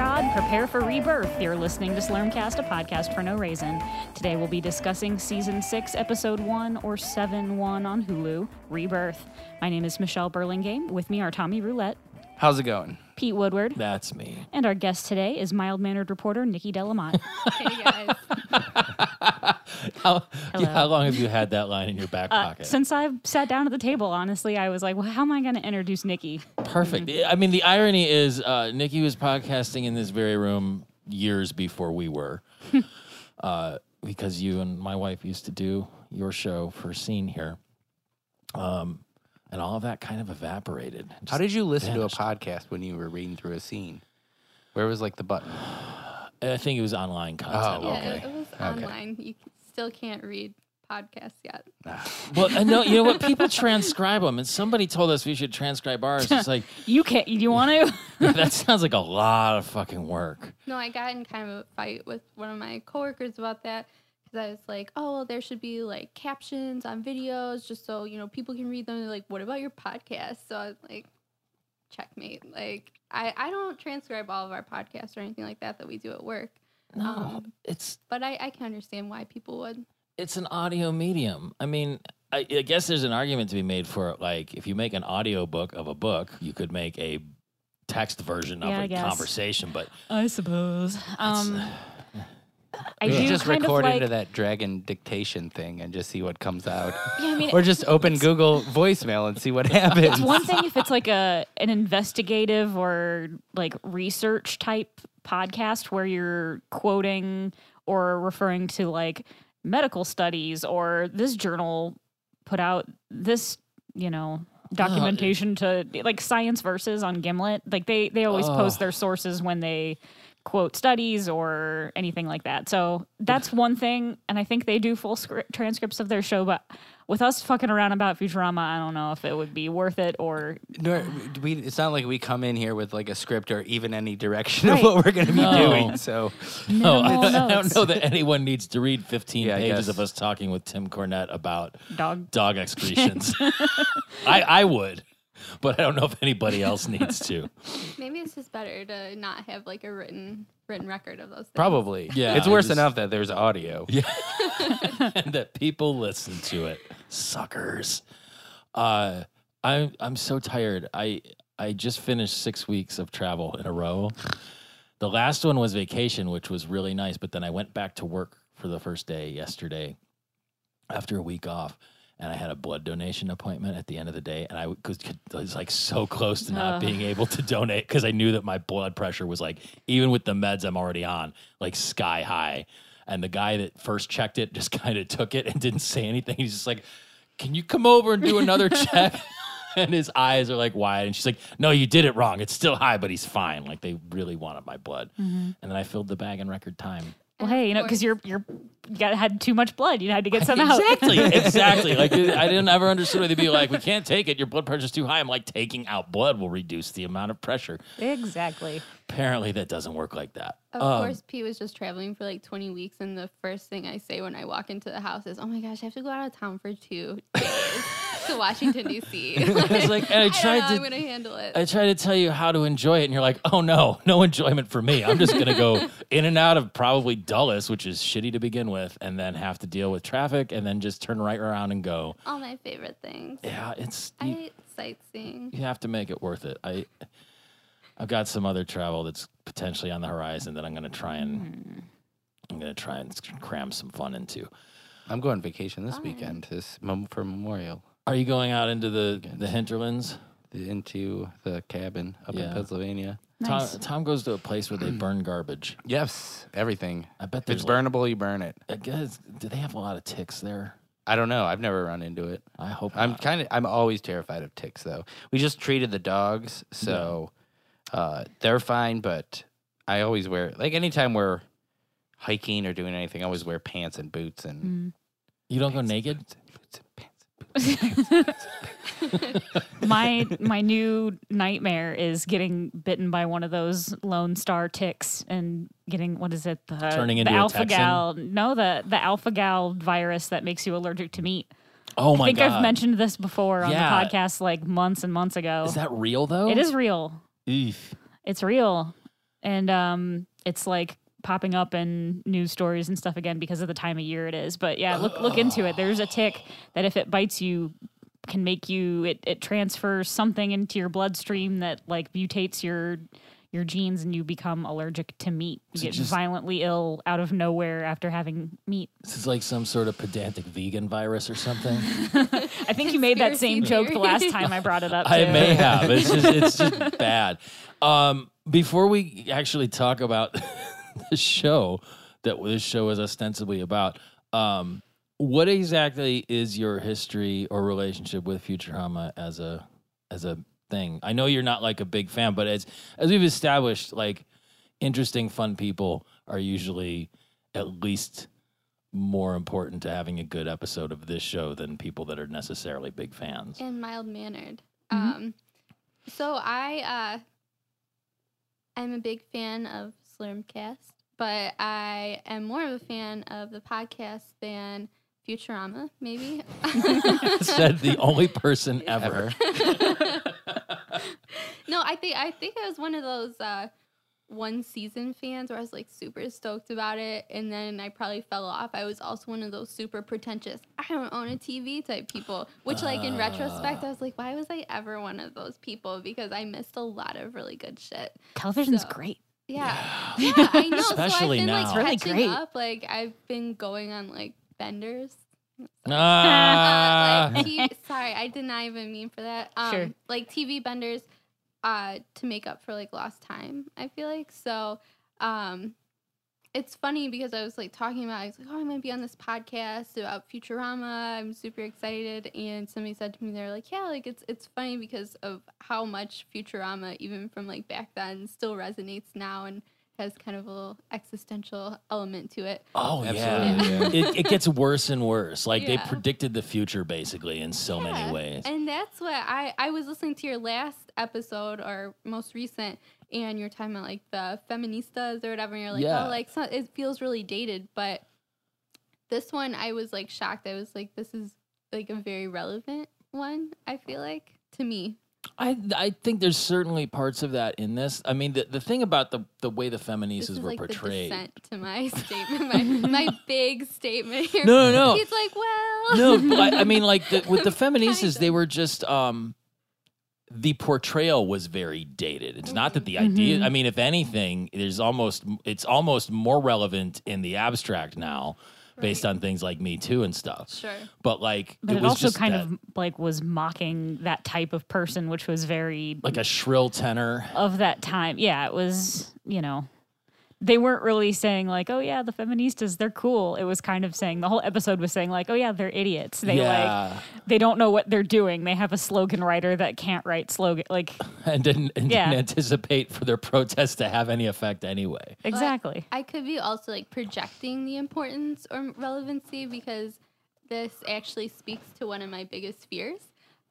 prepare for rebirth. You're listening to Slurmcast, a podcast for no reason. Today we'll be discussing season six, episode one or seven one on Hulu, Rebirth. My name is Michelle Burlingame. With me are Tommy Roulette, How's it going? Pete Woodward, That's me. and our guest today is mild mannered reporter Nikki Delamotte. Hey guys. How, yeah, how long have you had that line in your back pocket? Since I've sat down at the table, honestly, I was like, well, how am I going to introduce Nikki? Perfect. I mean, the irony is, uh, Nikki was podcasting in this very room years before we were, uh, because you and my wife used to do your show for Scene here, um, and all of that kind of evaporated. How did you listen to a vanished. podcast when you were reading through a scene? Where was like the button? I think it was online content. Oh, Yeah, okay. it was Okay. online. You c- still can't read podcasts yet. Well, uh, no, you know what? People transcribe them, and somebody told us we should transcribe ours. It's like You can't, you want to? that sounds like a lot of fucking work. No, I got in kind of a fight with one of my coworkers about that because I was like, "Oh, well, there should be like captions on videos just so you know people can read them." They're like, "What about your podcast?" So I was like, "Checkmate!" Like, I I don't transcribe all of our podcasts or anything like that that we do at work, No, Um, it's but I I can understand why people would. it's an audio medium. I mean, I, I guess there's an argument to be made for like if you make an audio book of a book, you could make a text version of Yeah, I a guess. conversation. But I suppose. Um, I You do should just kind of record like, into that dragon dictation thing and just see what comes out. Yeah, I mean, or just open Google voicemail and see what happens. it's one thing if it's like a an investigative or like research type podcast where you're quoting or referring to like medical studies or this journal put out this you know documentation to like science verses on gimlet like they they always post their sources when they quote studies or anything like that so that's one thing and i think they do full script transcripts of their show but with us fucking around about futurama i don't know if it would be worth it or Nor- we, it's not like we come in here with like a script or even any direction Right. of what we're going to be No. doing. So no, I, Minimal don't- I notes. don't know that anyone needs to read 15 Yeah, I pages guess. of us talking with Tim Cornette about dog dog excretions. I, I would, but I don't know if anybody else needs to. Maybe it's just better to not have like a written written record of those. Things. probably, Yeah, it's worse just- enough that there's audio. Yeah. and that people listen to it. Suckers. Uh I'm I'm so tired. I I just finished six weeks of travel in a row. The last one was vacation, which was really nice, but then I went back to work for the first day yesterday after a week off. And I had a blood donation appointment at the end of the day, and I was, was like so close to not Ugh. being able to donate because I knew that my blood pressure was like, even with the meds I'm already on, like sky high. And the guy that first checked it just kind of took it and didn't say anything. He's just like, Can you come over and do another check? And his eyes are like wide. And she's like, No, you did it wrong. It's still high, but he's fine. Like they really wanted my blood. Mm-hmm. And then I filled the bag in record time. well And of hey you know because course- you're you're you got, had too much blood you had to get some out Exactly. exactly. Like I didn't ever understand why they'd be like, We can't take it. Your blood pressure's too high. I'm like, Taking out blood will reduce the amount of pressure. exactly Apparently, that doesn't work like that. Of Um, course, P was just traveling for like 20 weeks, and the first thing I say when I walk into the house is, "Oh my gosh, I have to go out of town for two days to Washington D.C." Like, It's like, and I I don't tried know to. how I'm gonna handle it. I try to tell you how to enjoy it, and you're like, oh no, no enjoyment for me. I'm just going to go in and out of probably Dulles, which is shitty to begin with, and then have to deal with traffic and then just turn right around and go. All my favorite things. Yeah, it's, I you, hate sightseeing. you have to make it worth it. I, I've got some other travel that's potentially on the horizon that I'm going to try and. I'm gonna try and cram some fun into. I'm going vacation this weekend this mem- for Memorial Are you going out into the the hinterlands? into the cabin up in Yeah. Pennsylvania. Nice. Tom, Tom goes to a place where they burn garbage. Yes, everything. I bet If there's it's like- burnable, you burn it. I guess do they have a lot of ticks there? I don't know. I've never run into it. I hope I'm not. kind of. I'm always terrified of ticks, though. We just treated the dogs, so uh, they're fine. But I always wear like anytime we're hiking or doing anything, I always wear pants and boots Mm. and You don't go naked? boots and boots and pants. my my new nightmare is getting bitten by one of those Lone Star ticks and getting what is it the Turning the into a alpha Texan? gal no the the alpha gal virus that makes you allergic to meat. Oh I my think god. I've mentioned this before on Yeah. the podcast like months and months ago. Is that real though? it is real. Eef. It's real, and um it's like popping up in news stories and stuff again because of the time of year it is. But yeah, look look into it. There's a tick that if it bites you can make you it, it transfers something into your bloodstream that like mutates your your genes and you become allergic to meat. You So get just- violently ill out of nowhere after having meat. This is like some sort of pedantic vegan virus or something. I think you made that same Conspiracy joke the last theory. time I brought it up. I too. may have. It's just it's just bad. Um, before we actually talk about the show that this show is ostensibly about, um, what exactly is your history or relationship with Futurama as a as a thing? I know you're not like a big fan, but as as we've established, like interesting, fun people are usually at least more important to having a good episode of this show than people that are necessarily big fans. and mild mannered. Mhm. Mm-hmm. Um, so I uh, I'm a big fan of Slurmcast, but I am more of a fan of the podcast than Futurama, maybe. said the only person ever. Ever. no, I think I think I was one of those uh, one season fans where I was like super stoked about it, and then I probably fell off. I was also one of those super pretentious I don't own a TV type people, which like in retrospect I was like, why was I ever one of those people? Because I missed a lot of really good shit. Television's So- great. Yeah, yeah, I know. Especially so I've been, now. like, It's really catching great. Up. Like I've been going on like benders. Uh, Ah, like, T- sorry, I did not even mean for that. Um, Sure. Like TV benders uh, to make up for like lost time, I feel like. So um, it's funny because I was like talking about, I was like, oh, I'm going to be on this podcast about Futurama. I'm super excited. And somebody said to me, they're like, yeah, like it's, it's funny because of how much Futurama, even from like back then, still resonates now and has kind of a little existential element to it. oh yeah. Absolutely. yeah. It, it gets worse and worse. Like they Yeah. predicted the future basically in so Yeah. many ways. And that's what I I was listening to your last episode or most recent, and you're talking about like the feministas or whatever, and you're like, Yeah. oh, like so, it feels really dated, but this one I was like shocked. I was like, this is like a very relevant one. I feel like to me. I I think there's certainly parts of that in this. I mean, the, the thing about the the way the This feministas is were like the portrayed. dissent to my statement, my, my big statement here. No, no, no. He's like, well, no, but I, I mean, like the, with the feministas, Kinda. they were just um, the portrayal was very dated. It's not that the Mm-hmm. idea. I mean, if anything, there's almost it's almost more relevant in the abstract now, based Right. on things like Me Too and stuff. sure. But like, But it, it, was also just kind that- of like was mocking that type of person, which was very like a shrill tenor. of that time. Yeah, it was, you know, they weren't really saying like, oh yeah, the feministas, they're cool. It was kind of saying the whole episode was saying like, oh yeah, they're idiots. They like yeah, they don't know what they're doing. They have a slogan writer that can't write slogan like and didn't and Yeah. didn't anticipate for their protest to have any effect anyway. exactly. I could be also like projecting the importance or relevancy because this actually speaks to one of my biggest fears,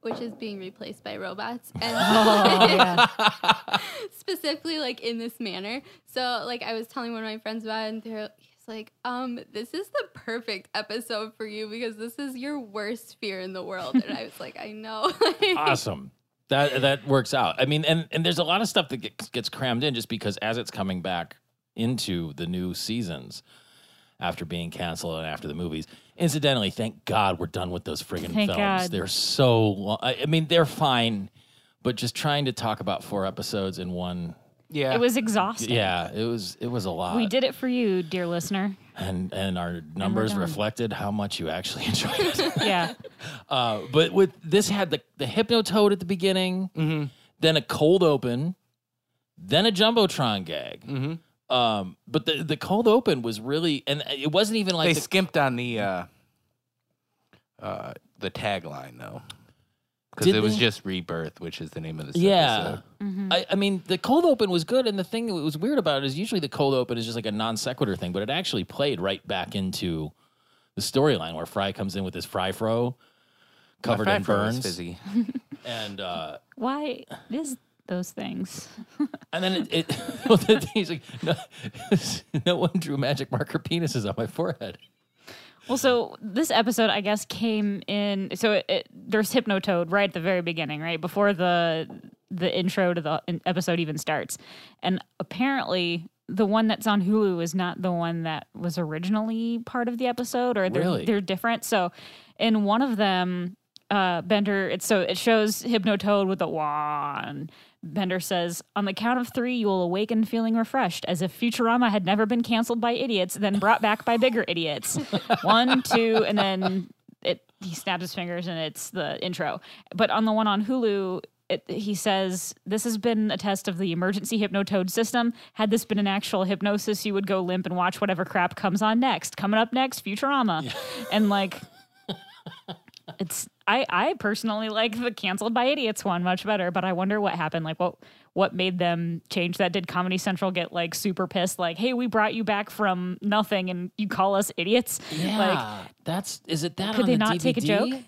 which is being replaced by robots. Oh, And specifically like in this manner. So like I was telling one of my friends about it and they're he's like, um, this is the perfect episode for you because this is your worst fear in the world. And I was like, I know. awesome. That that works out. I mean, and and there's a lot of stuff that gets, gets crammed in just because as it's coming back into the new seasons after being canceled and after the movies. Incidentally, thank God we're done with those friggin' Thank films. God. They're so. Long, I, I mean, they're fine, but just trying to talk about four episodes in one. Yeah. It was exhausting. Yeah, it was it was a lot. We did it for you, dear listener. and and our numbers done. reflected how much you actually enjoyed it. Yeah. Uh, but with this had the the hypnotoad at the beginning, Mm-hmm, then a cold open, then a jumbotron gag. mm-hmm. Um, but the the cold open was really, and it wasn't even they like the- Mm. skimped on the uh, uh, the tagline though, because Did it was they? just rebirth, which is the name of this. yeah. episode. Mm-hmm. I, I mean, the cold open was good, and the thing that was weird about it is usually the cold open is just like a non sequitur thing, but it actually played right back into the storyline where Fry comes in with his fry fro My covered in friend was burns, Fizzy. and uh, Why is those things? And then it, it well, the- he's like, no, no one drew magic marker penises on my forehead. Well, so this episode, I guess, came in. So it, it, there's Hypnotoad right at the very beginning, right before the the intro to the in- episode even starts, and apparently the one that's on Hulu is not the one that was originally part of the episode, or they're Really? they're different. So, in one of them, uh, Bender it's so it shows Hypnotoad with a wah, and Bender says, "On the count of three, you will awaken feeling refreshed, as if Futurama had never been canceled by idiots, then brought back by bigger idiots." one, two, and then it he snaps his fingers and it's the intro. But on the one on Hulu, it, he says this has been a test of the emergency hypnotoad system. Had this been an actual hypnosis, you would go limp and watch whatever crap comes on next. Coming up next, Futurama, and like it's. I, I personally like the canceled by idiots one much better, but I wonder what happened. Like, what what made them change that? Did Comedy Central get like super pissed? Like, hey, we brought you back from nothing, and you call us idiots? Like, Yeah, that's is it that? could on they the not take a DVD? joke?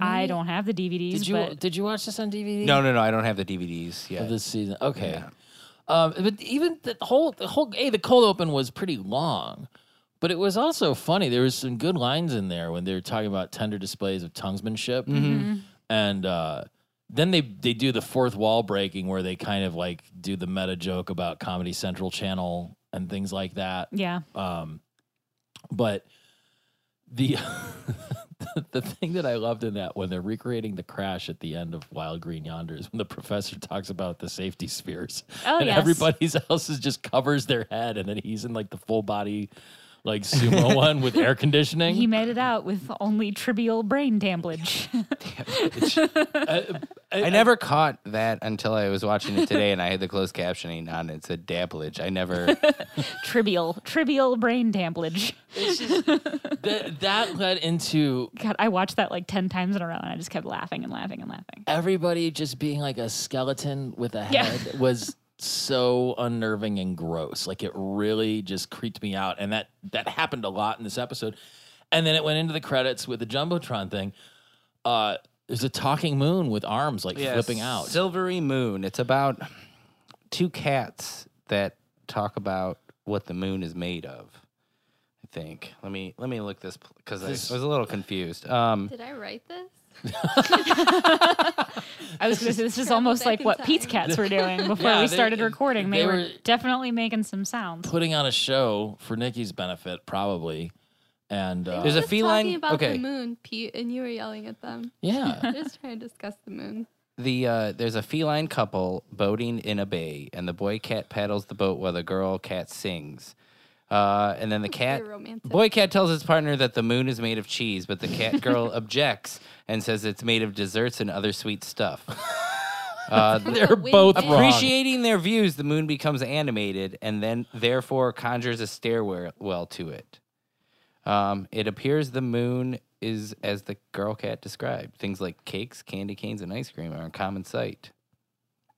I Maybe? don't have the DVDs, Did you but did you watch this on DVD? No, no, no. I don't have the DVDs of yet. this season. Okay. Yeah. Um, but even the whole the whole hey, the cold open was pretty long, but it was also funny. There was some good lines in there when they were talking about tender displays of tonguesmanship, Mm-hmm. and uh, then they they do the fourth wall breaking where they kind of like do the meta joke about Comedy Central channel and things like that. yeah, Um, but the the thing that I loved in that when they're recreating the crash at the end of Wild Green Yonder is when the professor talks about the safety spheres, Oh, and yes. everybody's else is just covers their head, and then he's in like the full body like sumo one with air conditioning. he made it out with only trivial brain damage. I never caught that until I was watching it today, and I had the closed captioning on. It said "dabblage." I never. trivial, trivial brain damage. Th- that led into God, I watched that like ten times in a row, and I just kept laughing and laughing and laughing. everybody just being like a skeleton with a Yeah. head was so unnerving and gross. Like it really just creeped me out, and that that happened a lot in this episode. And then it went into the credits with the jumbotron thing. Uh, there's a talking moon with arms like flipping out. Silvery Moon. It's about two cats that talk about what the moon is made of. I think. Let me let me look this because I This- was a little confused. Um, Did I write this? I was gonna say this is travel almost back like in what time. Pete's cats were doing before Yeah, we they- started recording. They, they were, were- definitely making some sounds. Putting on a show for Nikki's benefit, probably. And uh, There's a Just feline- Talking about okay. the moon, Pete, and you were yelling at them. yeah, Just trying to discuss the moon. the uh, there's a feline couple boating in a bay, and the boy cat paddles the boat while the girl cat sings. Uh, and then the cat They're romantic. boy cat tells his partner that the moon is made of cheese, but the cat girl objects and says it's made of desserts and other sweet stuff. Uh, they're both Wait, wrong. Appreciating their views, the moon becomes animated and then therefore conjures a stairwell to it. Um, it appears the moon is as the girl cat described. Things like cakes, candy canes, and ice cream are in common sight.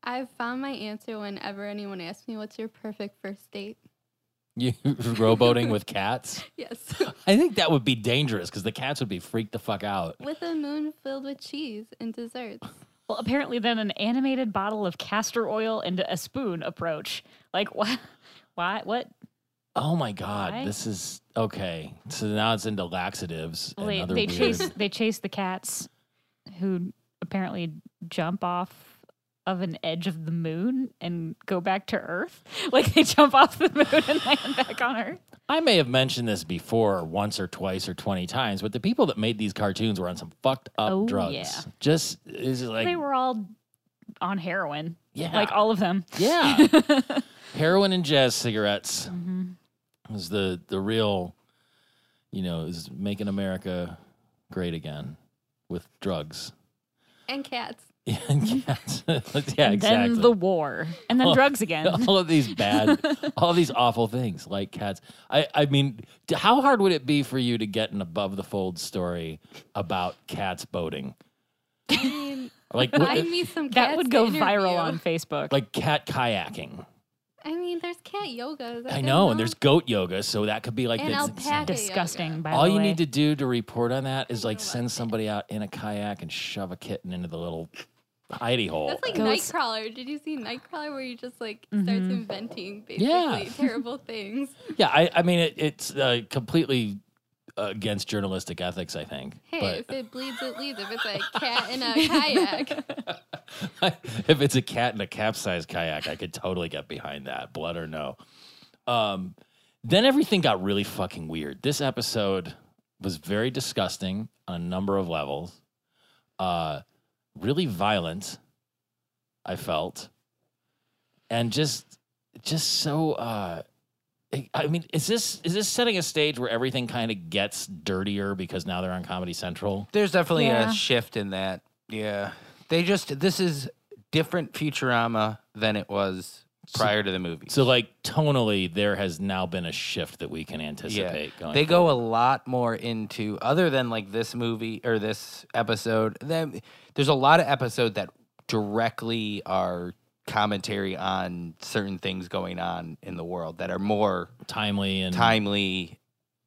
I've found my answer whenever anyone asks me, "What's your perfect first date?" you rowboating with cats. Yes, I think that would be dangerous because the cats would be freaked the fuck out. with a moon filled with cheese and desserts. Well, apparently, then an animated bottle of castor oil and a spoon approach. Like what? Why? What? Oh my god, Why? this is okay. So now it's into laxatives. Well, and they, other they weird- chase they chase the cats who apparently jump off of an edge of the moon and go back to earth like they jump off the moon and land back on earth I may have mentioned this before, once or twice or twenty times, but the people that made these cartoons were on some fucked up Oh, drugs. yeah. Just is like they were all on heroin yeah, like all of them yeah, heroin and jazz cigarettes Mm-hmm. was the the real, you know, is making America great again with drugs And cats. and cats. yeah, and exactly. then the war and then drugs again all of these bad, all these awful things like cats. I, I mean, d- how hard would it be for you to get an above the fold story about cats boating? I mean, Like, find what, me some cats. that would to go interview. viral on facebook like cat kayaking. I mean, there's cat yoga. Is that I good know, and enough? there's goat yoga, so that could be like And this- alpaca. disgusting by All the you way. need to do to report on that is like know send somebody out in a kayak and shove a kitten into the little hidey hole. That's like Goats- Nightcrawler. Did you see Nightcrawler where he just like starts Mhm. inventing basically Yeah. terrible things? yeah, I, I mean, it, it's uh, completely uh, against journalistic ethics, I think. Hey, but- if it bleeds, it leads. If it's a cat in a kayak, if it's a cat in a capsized kayak, I could totally get behind that, blood or no. Um, then everything got really fucking weird. This episode was very disgusting on a number of levels. Uh, really violent, I felt, and just just so. Uh, I- I mean, is this is this setting a stage where everything kind of gets dirtier because now they're on Comedy Central? There's definitely Yeah. a shift in that. Yeah. They just this is different Futurama than it was So- prior to the movie. So, like tonally, there has now been a shift that we can anticipate. Going they go a lot more into other than like this movie or this episode. Then there's a lot of episode that directly are commentary on certain things going on in the world that are more timely and timely.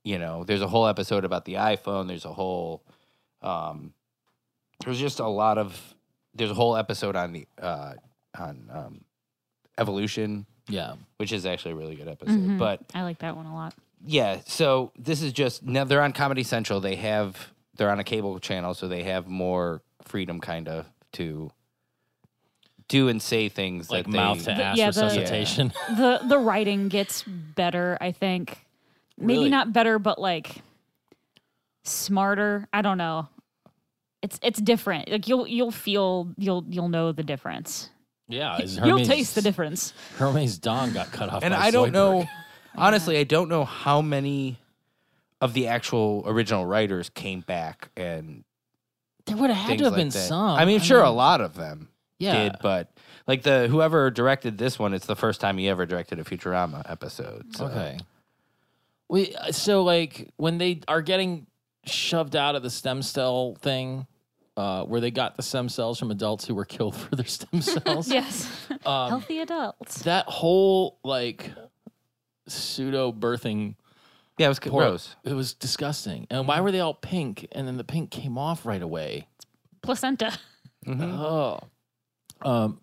You know, there's a whole episode about the iPhone. There's a whole, um, there's just a lot of, there's a whole episode on the, uh, on, um, evolution, Yeah, which is actually a really good episode. Mhm. But I like that one a lot. yeah, so this is just, now they're on Comedy Central. They have, they're on a cable channel, so they have more freedom kind of to do and say things like that they- mouth to The- ass yeah, the- resuscitation. the The writing gets better, I think. Maybe Really? not better, but like smarter. I don't know. It's it's different. Like you'll you'll feel you'll you'll know the difference. Yeah, Uh, is you'll Hermes- taste the difference. Hermes Don got cut off, and by I don't Zoidberg. know. Honestly, I don't know how many of the actual original writers came back and There would have had things to have like been that. some. I mean, sure, a lot of them Yeah, did, but like the whoever directed this one, it's the first time he ever directed a Futurama episode. So. Okay. We uh, so like when they are getting shoved out of the stem cell thing, uh, where they got the stem cells from adults who were killed for their stem cells. Yes, um, healthy adults. that whole like pseudo birthing yeah, it was Poor- Mm-hmm. gross. it was disgusting. And why were they all pink? And then the pink came off right away. Placenta. Mhm. Oh. Um,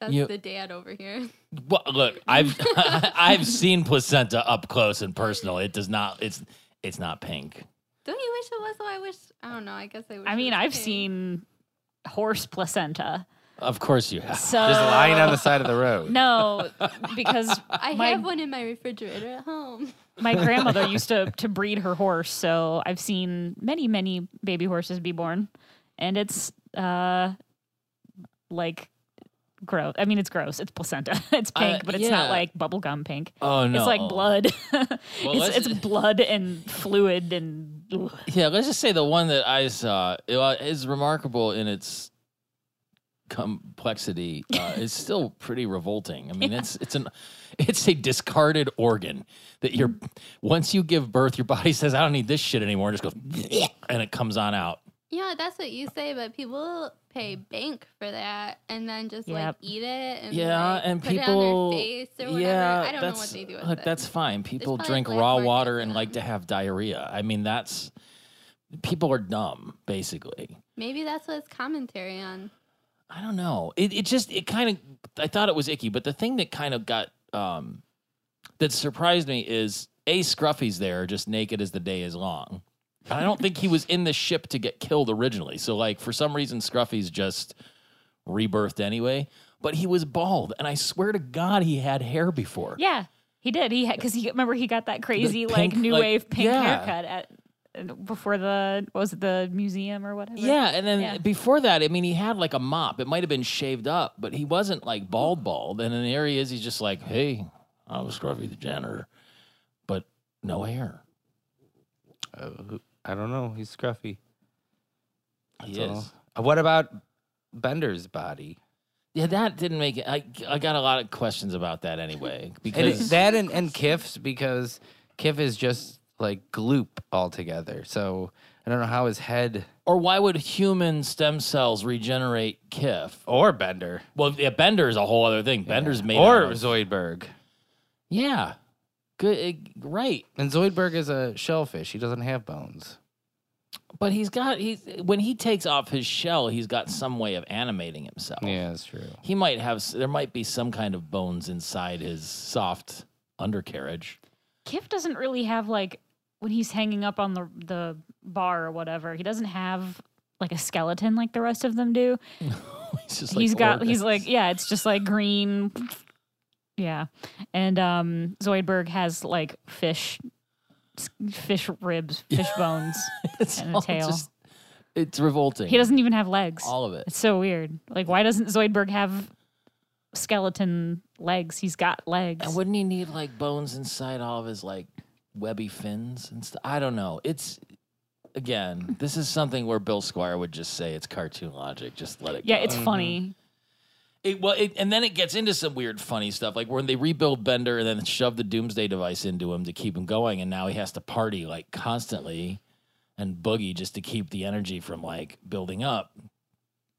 That's You- the dad over here. Well, look, I've I've seen placenta up close and personal. It does not. It's it's not pink. Don't you wish it was? though? I wish. I don't know. I guess I wish. I it mean, was I've pink. seen horse placenta. Of course you have. So Just lying on the side of the road. No, because I my- have one in my refrigerator at home. my grandmother used to to breed her horse, so I've seen many many baby horses be born, and it's uh like gross. I mean, it's gross. It's placenta. It's Uh, pink, but it's not yeah. like bubblegum pink. Oh no, It's like blood. it's, let's- it's blood and fluid and ugh. Yeah, let's just say the one that I saw it wa- is remarkable in its complexity. Uh, it's still pretty revolting. I mean, it's it's an it's a discarded organ that you're once you give birth, your body says, "I don't need this shit anymore," and just goes and it comes on out. Yeah, that's what you say, but people pay bank for that and then just like Yep. eat it and Yeah, like, and put people. it on their face or whatever. Yeah, I don't know that's, what they do with look, it. That's fine. People probably drink black raw market water for and them. like to have diarrhea. I mean, that's people are dumb, basically. Maybe that's what it's commentary on. I don't know. It it just it kind of I thought it was icky, but the thing that kind of got um that surprised me is a Scruffy's there just naked as the day is long. And I don't think he was in the ship to get killed originally. So like for some reason Scruffy's just rebirthed anyway, but he was bald and I swear to god he had hair before. yeah. He did. He because he remember he got that crazy like pink, new like- wave pink yeah. haircut at before the what was it the museum or whatever. Yeah, and then Yeah. before that, I mean, he had like a mop. It might have been shaved up, but he wasn't like bald bald. And then there he is. He's just like, hey, I was Scruffy the janitor, but no hair. Uh, who- I don't know. He's scruffy. He That's all. is. Uh, What about Bender's body? Yeah, that didn't make it. I, I got a lot of questions about that anyway And it- because that and, and Kiff's because Kiff is just like gloop altogether. So I don't know how his head or why would human stem cells regenerate Kif? or Bender Well, yeah, Bender is a whole other thing. Bender's made or out of- Zoidberg. yeah, good, eh, right? And Zoidberg is a shellfish. He doesn't have bones. But he's got he's when he takes off his shell, he's got some way of animating himself. Yeah, that's true. He might have. s- There might be some kind of bones inside his soft undercarriage. Kif doesn't really have like when he's hanging up on the the bar or whatever. He doesn't have like a skeleton like the rest of them do. he's just he's got he's organs. like yeah, it's just like green Yeah, and um, Zoidberg has like fish, fish ribs, fish bones. It's And a tail. it's revolting. He doesn't even have legs. all of it. It's so weird. Like, why doesn't Zoidberg have skeleton legs? He's got legs. And wouldn't he need like bones inside all of his like webby fins and stuff? I don't know. It's again, this is something where Bill Squire would just say it's cartoon logic. Just let it yeah, go. it's funny. It, well, it, and then it gets into some weird, funny stuff, like when they rebuild Bender and then shove the Doomsday device into him to keep him going, and now he has to party like constantly and boogie just to keep the energy from like building up.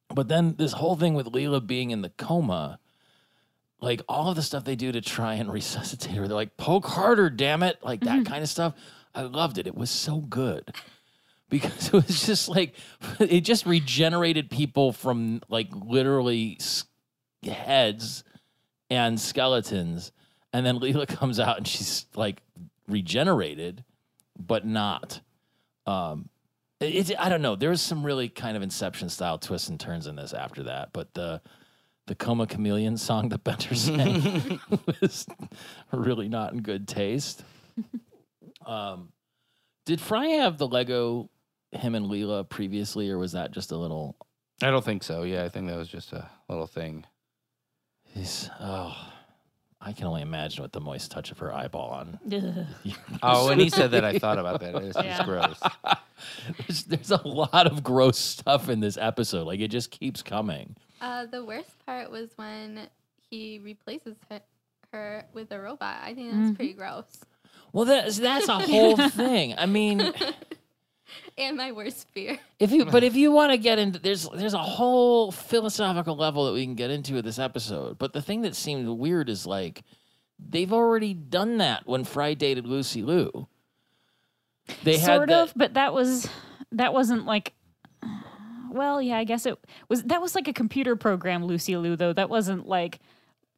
But then this whole thing with Leela being in the coma, like all of the stuff they do to try and resuscitate her, they're like poke harder, damn it, like that kind of stuff. I loved it. It was so good because it was just like it just regenerated people from like literally s- heads and skeletons and then Leela comes out and she's like regenerated but not um it, it- I don't know there was some really kind of inception style twists and turns in this after that but the the coma chameleon song that Bender sang was really not in good taste um did Fry have the Lego him and Leela previously, or was that just a little? I don't think so. Yeah, I think that was just a little thing. He's, oh, I can only imagine what the moist touch of her eyeball on. Ugh. Oh, when he said that, I thought about that. It's Yeah. just gross. there's, there's a lot of gross stuff in this episode. Like it just keeps coming. Uh, the worst part was when he replaces her, her with a robot. I think that's Mhm. pretty gross. Well, that's that's a whole thing. I mean, And my worst fear. if you but if you want to get into there's there's a whole philosophical level that we can get into with this episode. But the thing that seemed weird is like they've already done that when Fry dated Lucy Lou. They sort that- of, but that was that wasn't like. Well, yeah, I guess it was. That was like a computer program, Lucy Lou. Though that wasn't like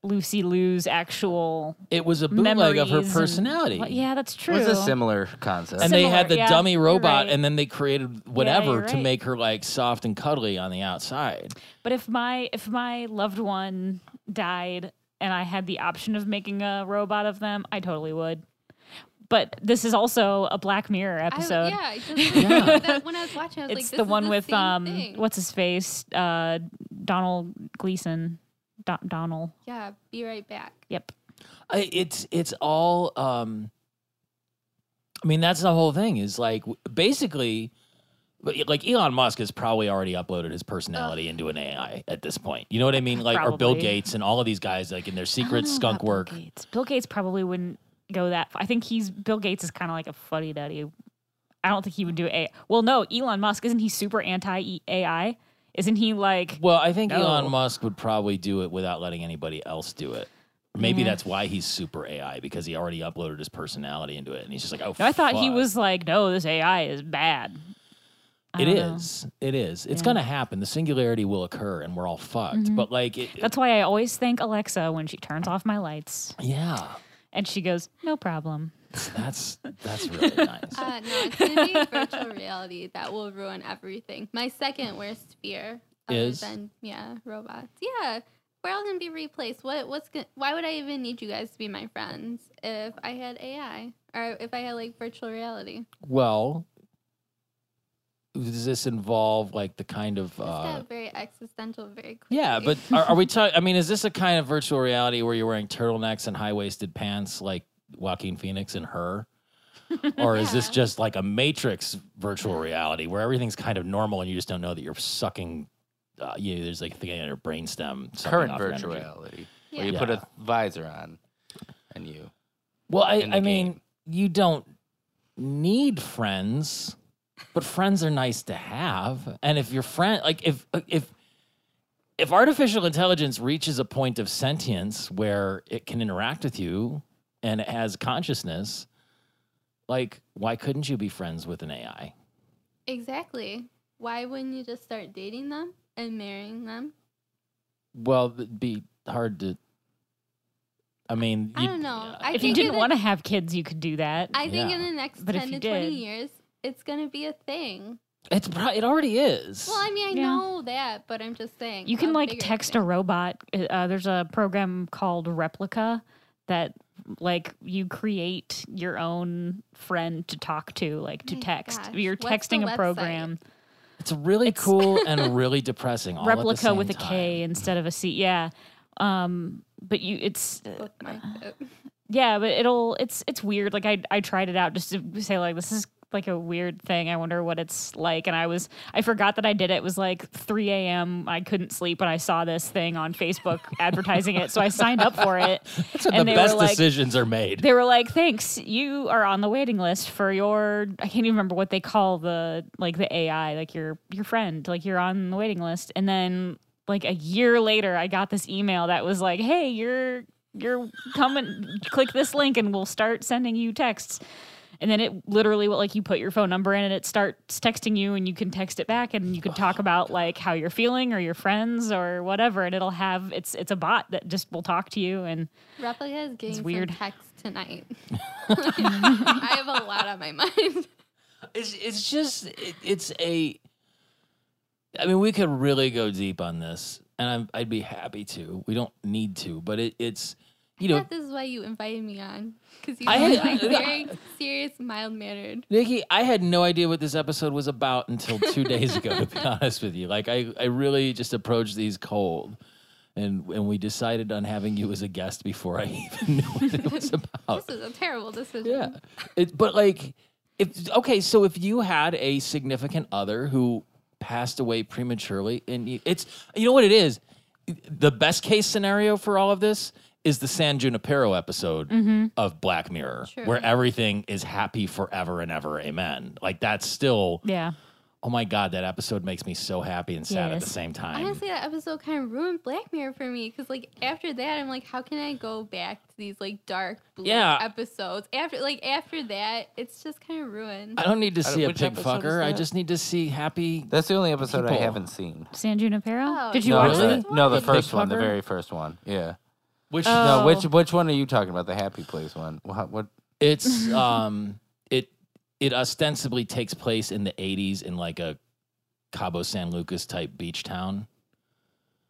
Lucy Lou's actual It was a bootleg memories of her and- personality. Well, yeah, that's true. was a similar concept. And they Similar, had the yeah, dummy you're robot, right. and then they created whatever you're to right. make her like soft and cuddly on the outside. But if my if my loved one died and I had the option of making a robot of them, I totally would. But this is also a Black Mirror episode. I, yeah, I just, Yeah. That, when I was watching, I It's was like, this the is one the with same um thing. what's his face? Uh Donald Gleason. Do- Donald. Yeah, be right back. Yep. I, it's it's all. Um, I mean, that's the whole thing. Is like w- basically, but, like Elon Musk has probably already uploaded his personality into an AI at this point. You know what I mean? Like, or Bill Probably. Ah, Gates and all of these guys, like in their secret skunk work. Bill Gates. Bill Gates probably wouldn't go that far. I think he's Bill Gates is kind of like a fuddy duddy. I don't think he would do a. Well, no, Elon Musk isn't he super anti AI? Isn't he like Well, I think No. Elon Musk would probably do it without letting anybody else do it. Maybe Yeah. that's why he's super AI because he already uploaded his personality into it, and he's just like, oh. No, I thought he fuck. was like, no, this AI is bad. I It don't know. is. It is. It's Yeah. Mm-hmm. gonna happen. The singularity will occur, and we're all fucked. But like, it, That's why I always thank Alexa when she turns off my lights yeah, and she goes, no problem. that's that's really nice. Uh, no, it's gonna be virtual reality that will ruin everything. My second worst fear other Is? than yeah, robots. Yeah, we're all gonna be replaced. What what's going why would I even need you guys to be my friends if I had AI or if I had like virtual reality? well, does this involve like the kind of? This Uh, got very existential very quickly. yeah, but are, are we talking? I mean, is this a kind of virtual reality where you're wearing turtlenecks and high waisted pants like Joaquin Phoenix and her? or is this Yeah. just like a matrix virtual reality where everything's kind of normal and you just don't know that you're sucking? Uh, yeah, there's like a thing in your brainstem. sucking Current off your virtual energy. reality. yeah. Where you put a visor on and you. Well, I, in the I mean, game. you don't need friends, but friends are nice to have. And if your friend, like, if if if artificial intelligence reaches a point of sentience where it can interact with you and it has consciousness, like, why couldn't you be friends with an AI? exactly. Why wouldn't you just start dating them and marrying them? Well, it'd be hard to. I mean, I you- don't know. I If you think didn't that- want to have kids, you could do that. I think in Yeah. the next But if ten to you twenty did- years, it's gonna be a thing. It's pro- it already is. Well, I mean, I Yeah. know that, but I'm just saying. You can a like bigger text a thing. robot. Uh, there's a program called Replica that like you create your own friend to talk to, like to My text. gosh, You're what's the texting a website? program. it's really It's- cool and really depressing. all at the Replica same with a K time. instead of a C. Yeah. Um but you it's Bookmark Uh, it. yeah, but it'll it's it's weird. Like I I tried it out just to say like this is like a weird thing. I wonder what it's like. And I was I forgot that I did it. It was like 3 a.m. I couldn't sleep and I saw this thing on Facebook advertising it. So I signed up for it. That's when and the they were best like- decisions are made. They were like, "Thanks, you are on the waiting list for your I can't even remember what they call the like the AI, like your your friend, like you're on the waiting list." And then like a year later, I got this email that was like, "Hey, you're you're coming click this link and we'll start sending you texts." And then it literally will like you put your phone number in and it starts texting you and you can text it back and you can talk about like how you're feeling or your friends or whatever and it'll have it's it's a bot that just will talk to you and Replica is getting some weird. texts tonight. I have a lot on my mind. It's it's just it, it's a. I mean, we could really go deep on this, and I'm, I'd be happy to. We don't need to, but it, it's you know, That this is why you invited me on because you I know had- I'm very serious, mild mannered. Nikki, I had no idea what this episode was about until two days ago. To be honest with you, like I, I really just approached these cold, and and we decided on having you as a guest before I even knew what it was about. This is a terrible decision. Oh. Yeah. It, but like, if okay, so if you had a significant other who passed away prematurely, and you, it's you know what it is, the best case scenario for all of this is the San Junipero episode of Black Mirror, True. where everything is happy forever and ever, amen. Like that's still, yeah. oh my god, that episode makes me so happy and sad at the Yes. same time. Honestly, that episode kind of ruined Black Mirror for me because, like, after that, I'm like, how can I go back to these like dark, bleak Yeah. episodes? After like after that, it's just kind of ruined. I don't need to don't- see a which pig episode is fucker. I that? just need to see happy. That's the only episode I People. haven't seen. San Junipero? Oh, Did you no, watch really? it? the, no, the, The first Big one, the Fucker? very first one. Yeah. Which Oh. No, which which one are you talking about? The happy place one. What? what It's um it it ostensibly takes place in the 80s in like a Cabo San Lucas type beach town.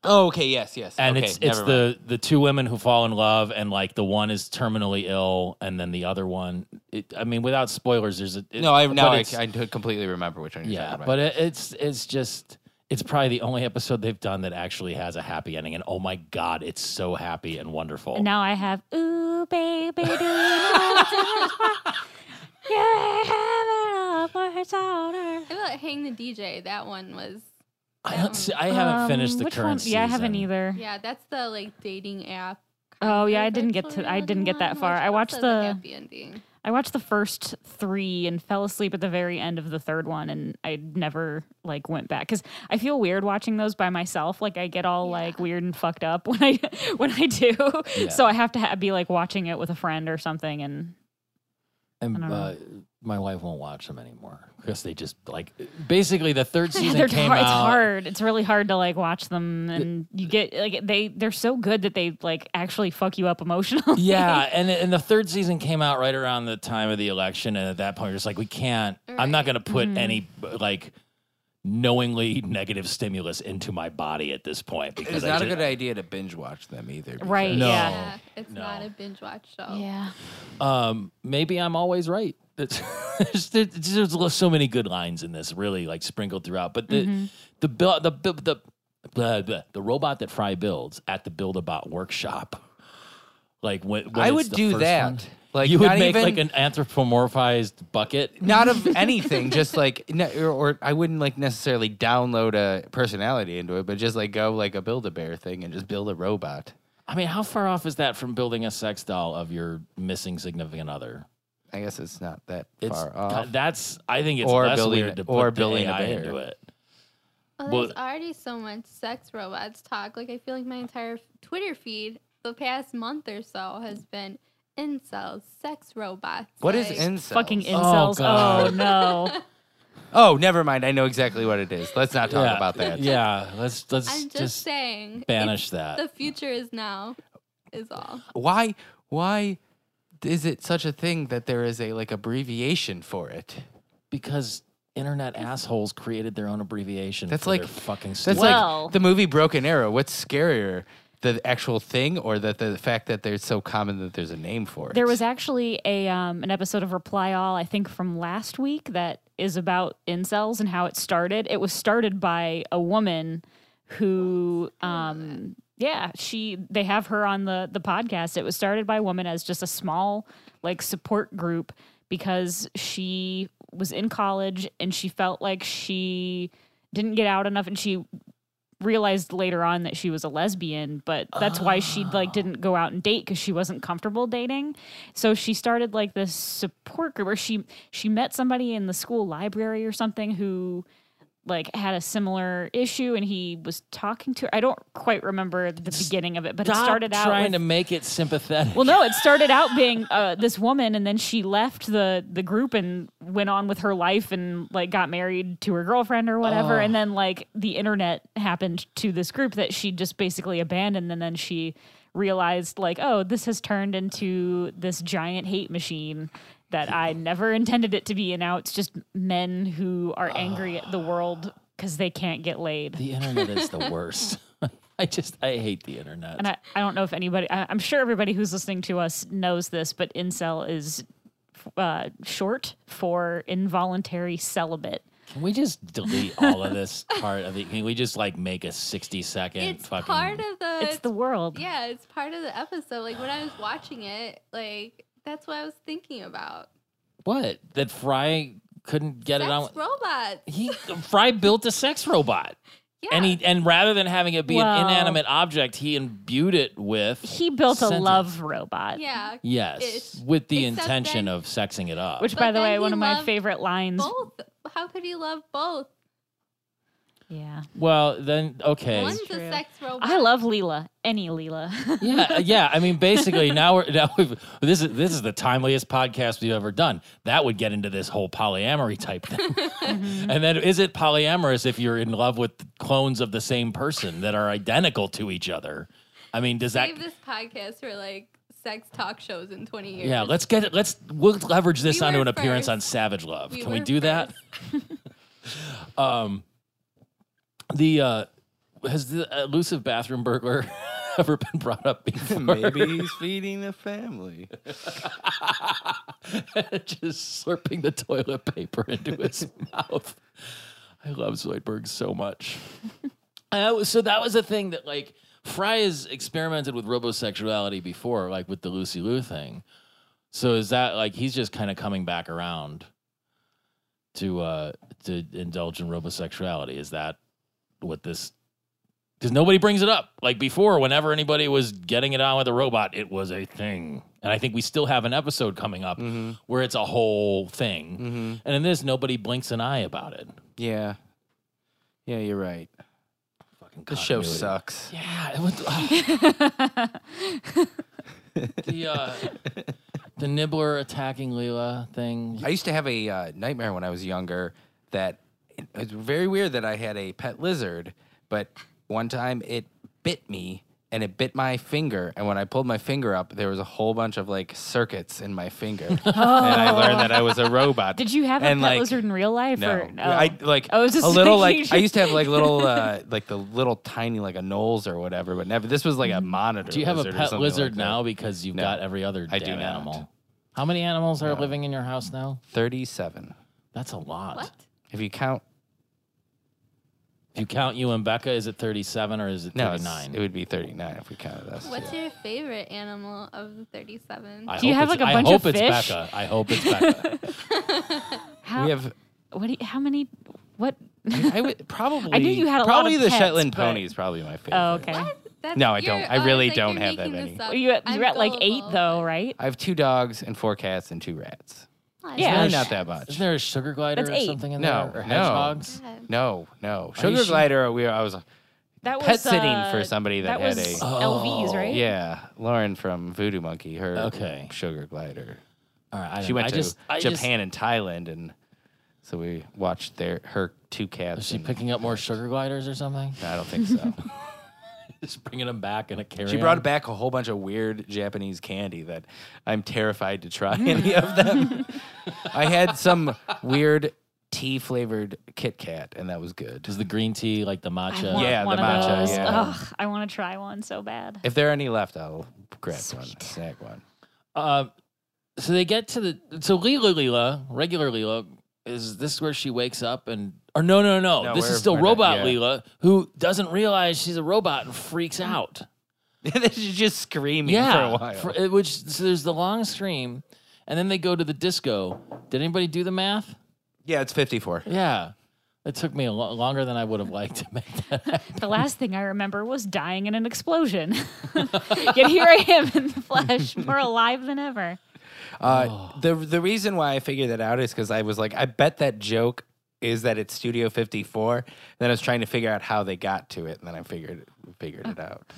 oh, okay. Yes, yes. And okay, it's it's never mind. the the two women who fall in love and like the one is terminally ill and then the other one it, I mean without spoilers there's a it- no. I but now I, it's- I completely remember which one. You're yeah, talking about. but it, it's it's just it's probably the only episode they've done that actually has a happy ending and oh my god, it's so happy and wonderful. And now I have Ooh baby do you know what's in her spot? You're having a persona. How about Hang the DJ? That one was I don't see, I haven't Um, finished the which current one? season. Yeah, I haven't either. yeah, that's the like dating app. kind Oh yeah, of I didn't get virtual to I didn't get reality that one, far. which I watched also has a the happy ending. I watched the first 3 and fell asleep at the very end of the third one and I never like went back cuz I feel weird watching those by myself. Like I get all Yeah. like weird and fucked up when I when I do. Yeah. So I have to ha- be like watching it with a friend or something and And I don't uh, my wife won't watch them anymore because they just like basically the third season They're came hard, out. It's hard. It's really hard to like watch them, and you get like they they're so good that they like actually fuck you up emotionally. Yeah, and and the third season came out right around the time of the election, and at that point, you're just like, we can't. I'm not Right. going to put Mm-hmm. any like knowingly negative stimulus into my body at this point because it's I not a ju- good idea to binge watch them either. because- Right, No. yeah. it's No. not a binge watch show. yeah. Um, maybe I'm always right. That's- there's, there's, there's so many good lines in this, really, like sprinkled throughout. But the Mm-hmm. the bu- the bu- the blah, blah, the robot that Fry builds at the Build a Bot workshop, like when, when I it's would the do first that. one, Like, you would not make even- like an anthropomorphized bucket. Not of anything, just like no, or, or I wouldn't like necessarily download a personality into it, but just like go like a build a bear thing and just build a robot. I mean, how far off is that from building a sex doll of your missing significant other? I guess it's not that It's far off. that's I think it's Or less building- weird to put or the building a AI bear. into it. Well, Well- there's already so much sex robots talk. Like I feel like my entire Twitter feed the past month or so has been incels, sex robots. What is like- incels? Fucking incels. Oh, God. no. oh, never mind. I know exactly what it is. Let's not talk yeah, about that. Yeah, let's let's I'm just, just saying. banish that. it's- The future is now. Is all. why why is it such a thing that there is a like abbreviation for it because internet assholes created their own abbreviation. That's for like- their fucking. That's That's Well- like the movie Broken Arrow. What's scarier, the actual thing, or that the fact that they're so common that there's a name for it? There was actually a um, an episode of Reply All, I think from last week, that is about incels and how it started. It was started by a woman who, um, yeah, she they have her on the the podcast. It was started by a woman as just a small like support group because she was in college and she felt like she didn't get out enough and she realized later on that she was a lesbian, but that's why she like didn't go out and date because she wasn't comfortable dating. So she started like this support group where she she met somebody in the school library or something who like had a similar issue and he was talking to her. I don't quite remember the beginning of it, but it started out trying with- to make it sympathetic. well, no, it started out being uh, this woman, and then she left the the group and went on with her life, and like got married to her girlfriend or whatever. And then like the internet happened to this group that she just basically abandoned, and then she realized like, oh, this has turned into this giant hate machine that I never intended it to be, and now it's just men who are angry at the world because they can't get laid. the internet is the worst. I just I hate the internet. and I, I don't know if anybody I, i'm sure everybody who's listening to us knows this but incel is uh, short for involuntary celibate Can we just delete all of this part of it? Can we just like make a sixty second It's fucking? part of the. it's the world yeah, it's part of the episode. Like when I was watching it, like that's what I was thinking about. what that Fry couldn't get Sex it on. robots. He Fry built a sex robot, Yeah. and he and rather than having it be Well- an inanimate object, he imbued it with he built a sentence. love robot yeah. Yes, It's- with the except intention then- of sexing it up. which But by the then way he one of my loved favorite lines Both. How could he love both? yeah well, then okay, One's True. a sex robot. i love leela any leela yeah, yeah. I mean, basically, now we're now we've, this is this is the timeliest podcast we've ever done. That would get into this whole polyamory type thing. and then, is it polyamorous if you're in love with clones of the same person that are identical to each other? I mean, does Save that? this podcast for like sex talk shows in 20 years. Yeah, let's get it. Let's we'll leverage this We onto were an appearance first. on Savage Love. Can we were do that? first. Um, the uh, has the elusive bathroom burglar ever been brought up before? Maybe he's feeding the family. just slurping the toilet paper into his mouth. I love Zoidberg so much. Uh, so that was the thing that like Fry has experimented with robosexuality before, like with the Lucy Lou thing. So is that like he's just kind of coming back around to uh to indulge in robosexuality? Is that what this? Because nobody brings it up. Like before, whenever anybody was getting it on with a robot, it was a thing. And I think we still have an episode coming up Mhm. where it's a whole thing. And in this, nobody blinks an eye about it. Mm-hmm. Yeah, yeah, you're right. Fucking The show continuity. sucks. Yeah, it was, the uh, the nibbler attacking Leela thing. I used to have a uh, nightmare when I was younger that it's very weird that I had a pet lizard, but one time it bit me and it bit my finger. And when I pulled my finger up, there was a whole bunch of like circuits in my finger. And I learned that I was a robot. did you have a pet And, like, lizard in real life No, or no I like I was just a little thinking- like I used to have like little uh, like the little tiny like a Knowles or whatever, but never. This was like a monitor. Do you have a lizard or pet something lizard like that. now because you've No, got every other I do damn not. animal? How many animals are living in your house now? Thirty-seven. That's a lot. What? If you count, If you count you and Becca, is it 37 or is it no, it's- 39? it would be thirty-nine if we counted us. What's your favorite animal of the 37? I Do you hope have, it's- like, a I bunch hope of it's fish? Becca. I hope it's Becca. how, We have. what do you, how many what I would probably. I knew you had a lot probably of the pets, Shetland but- pony is probably my favorite. oh okay What? That's- No, I you're- don't. I oh, really it's like don't you're have that making many. this up. you at, I'm you're at like eight gullible. though right I have two dogs and four cats and two rats. Oh, Yeah. Really Gosh. not that much. Isn't there a sugar glider That's or eight. something in No, there? Or no. hedgehogs? God. No, no. you Sugar sure? glider. We. I was. that Pet sitting for somebody that had uh, was a- Oh, LVs, right? Yeah, Lauren from Voodoo Monkey. Her Okay. sugar glider. All right, I She don't- went I to just, I Japan just- and Thailand, and so we watched their her two cats. Is she and- picking up more sugar gliders or something? I don't think so. Just bringing them back in a carry. she brought back a whole bunch of weird Japanese candy that I'm terrified to try any of them. I had some weird tea flavored Kit Kat, and that was good. Is the green tea like the matcha? want Yeah, the one of matcha, those. yeah. Ugh, I want to try one so bad. If there are any left, I'll grab one, Sweet. snack one. Uh, so they get to the so Lila Lila, regular Lila, is this where she wakes up and or no no no, No, this we're- is still we're not- robot yeah. Lila who doesn't realize she's a robot and freaks out. She's just screaming for a while. for- uh, which so there's the long stream, and then they go to the disco. Did anybody do the math? yeah, it's 54. Yeah, it took me a lo- longer than I would have liked to make that. happen. The last thing I remember was dying in an explosion. Yet here I am in the flesh, more alive than ever. Uh, Oh. The the reason why I figured that out is because I was like, I bet that joke is that it's Studio 54. And then I was trying to figure out how they got to it, and then I figured figured it out.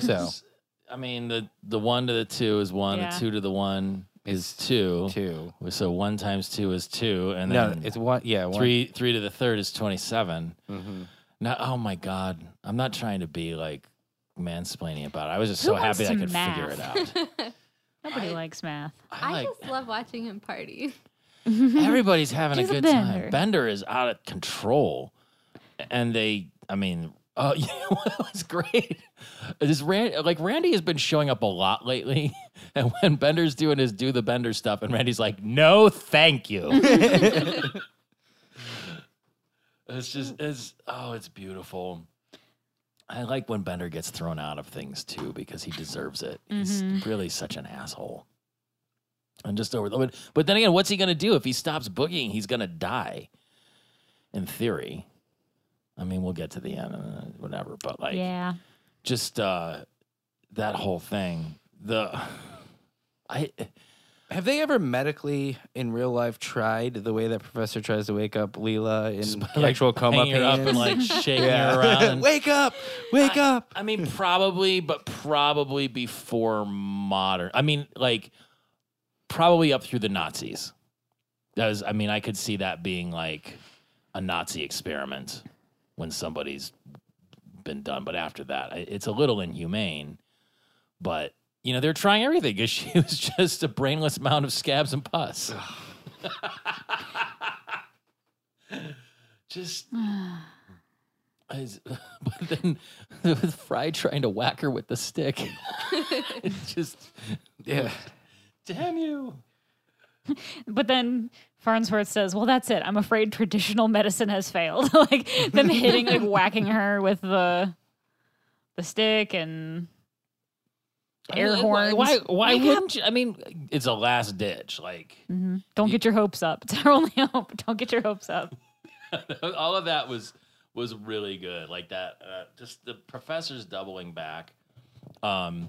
So I mean the the one to the two is one, Yeah. the two to the one is two. two, So one times two is two, and no, then it's one. Yeah, one. three three to the third is 27 Mhm. now oh my god i'm not trying to be like mansplaining about it i was just Who so wants happy i to could math? figure it out Nobody likes math. I I like, just love watching him party. everybody's having a Mm-hmm. He's a good bender. time bender is out of control and they i mean uh, you know what was great? This Ran- like Randy has been showing up a lot lately, and when Bender's doing his do the Bender stuff, and Randy's like, "No, thank you." it's just it's oh, it's beautiful. I like when Bender gets thrown out of things too because he deserves it. He's really such an asshole. And just over but, but then again, what's he gonna do if he stops boogieing? He's gonna die. In theory. I mean, we'll get to the end and whatever, but like yeah. just uh that whole thing. The I Have they ever medically in real life tried the way that Professor tries to wake up Leela in like, actual coma hang her up and pains? like shaking Yeah. her around. wake up, wake up. I mean, probably, but probably before modern. I mean, like, probably up through the Nazis. That was, I mean, I could see that being like a Nazi experiment when somebody's been done. But after that, I- it's a little inhumane. But, you know, they're trying everything because she was just a brainless mound of scabs and pus. just is- but then with Fry trying to whack her with the stick, it's just Yeah. damn you. But then Farnsworth says, "Well, that's it. I'm afraid traditional medicine has failed. like them hitting, like whacking her with the the stick and air I mean, why- horns. Why? Why wouldn't you? I mean, it's a last ditch. Like Mhm. Don't get your hopes up. It's our only hope. Don't get your hopes up. all of that was was really good. Like that, uh, just the professor's doubling back. Um,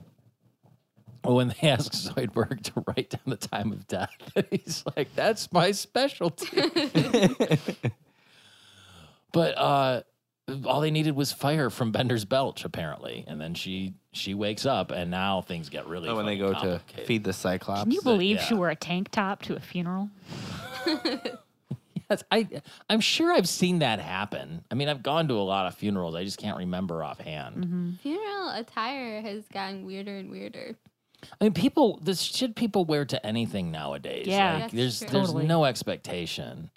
when they ask Zoidberg to write down the time of death, he's like, "That's my specialty." but uh, all they needed was fire from Bender's belch, apparently, and then she she wakes up, and now things get really. Oh, when they fucking go to complicated. feed the Cyclops. Can you believe she yeah. wore a tank top to a funeral? That's, I I'm sure I've seen that happen. I mean, I've gone to a lot of funerals. I just can't remember offhand. Funeral attire has gotten weirder and weirder. I mean, people this shit people wear to anything nowadays. Yeah. like, That's there's true. there's Totally. no expectation.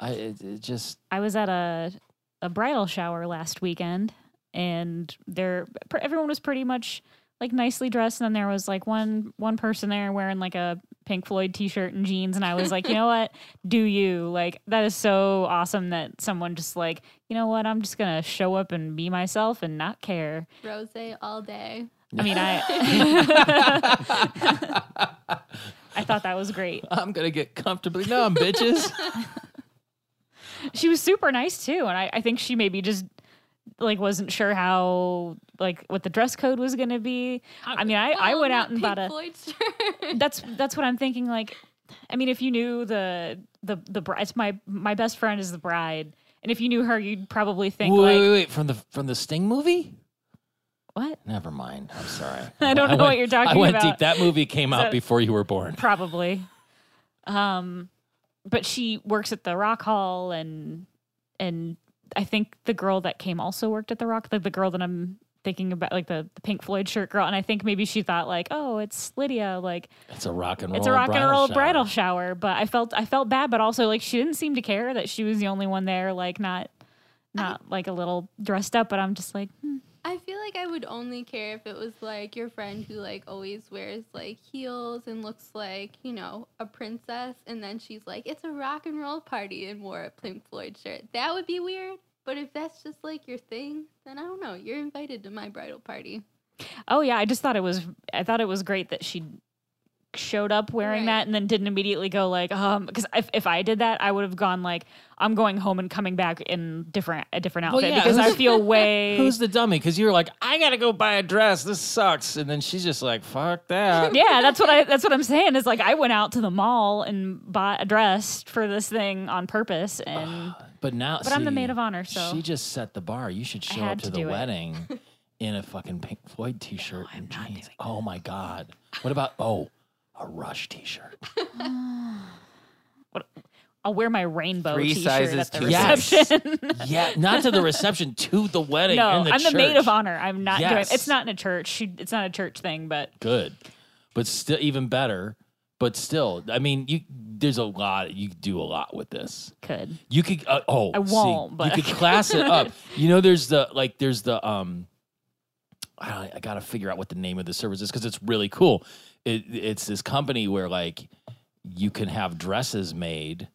I it, it just I was at a a bridal shower last weekend, and there pr- everyone was pretty much like nicely dressed. And then there was like one one person there wearing like a Pink Floyd t shirt and jeans, and I was like, you know what, do you like that is so awesome that someone just like you know what, I'm just gonna show up and be myself and not care. Rose all day. I mean, I. I thought that was great. I'm gonna get comfortably numb, bitches. she was super nice too and I, I think she maybe just like wasn't sure how like what the dress code was gonna be i mean i, I Oh, went not out and bought Pink a Floyd shirt. that's that's what i'm thinking like i mean if you knew the the the bride it's my my best friend is the bride and if you knew her you'd probably think wait, like wait, wait, from the from the Sting movie? what Never mind. I'm sorry. I don't know what you're talking I went about. deep. That movie came out So- before you were born. probably um but she works at the rock hall and and i think the girl that came also worked at the rock the, the girl that i'm thinking about like the, the Pink Floyd shirt girl, and I think maybe she thought like, oh, it's Lydia, like It's a rock and roll. it's a rock and roll Oh, shower. bridal shower. But I felt I felt bad, but also like she didn't seem to care that she was the only one there, like not not like a little dressed up. But I'm just like, hmm. I feel like I would only care if it was like your friend who like always wears like heels and looks like, you know, a princess and then she's like, It's a rock and roll party and wore a Pink Floyd shirt. That would be weird. But if that's just like your thing, then I don't know. You're invited to my bridal party. oh yeah, I just thought it was I thought it was great that she showed up wearing Right. that and then didn't immediately go like um because if, if i did that i would have gone like i'm going home and coming back in different a different Well, outfit yeah, because i who's- feel way Who's the dummy? Because you were like, I gotta go buy a dress. This sucks. And then she's just like, fuck that. yeah, that's what I that's what I'm saying is like I went out to the mall and bought a dress for this thing on purpose and But now, But I'm the see, maid of honor, so- she just set the bar. You should show had up to, to the do it. wedding in a fucking Pink Floyd t-shirt and jeans. Oh my god! What about oh, a Rush t-shirt? I'll wear my rainbow Three t-shirt sizes at the too Yes. reception. yeah, not to the reception, to the wedding. no, in the I'm the maid of church. honor. I'm not Yes. doing it's not in a church. She- It's not a church thing, but Good, but still even better. But still, I mean, you there's a lot you could do a lot with this. could. You could uh, oh I see, won't, but- you could class it up. You know, there's the like there's the um I don't I gotta figure out what the name of the service is because it's really cool. It, it's this company where like you can have dresses made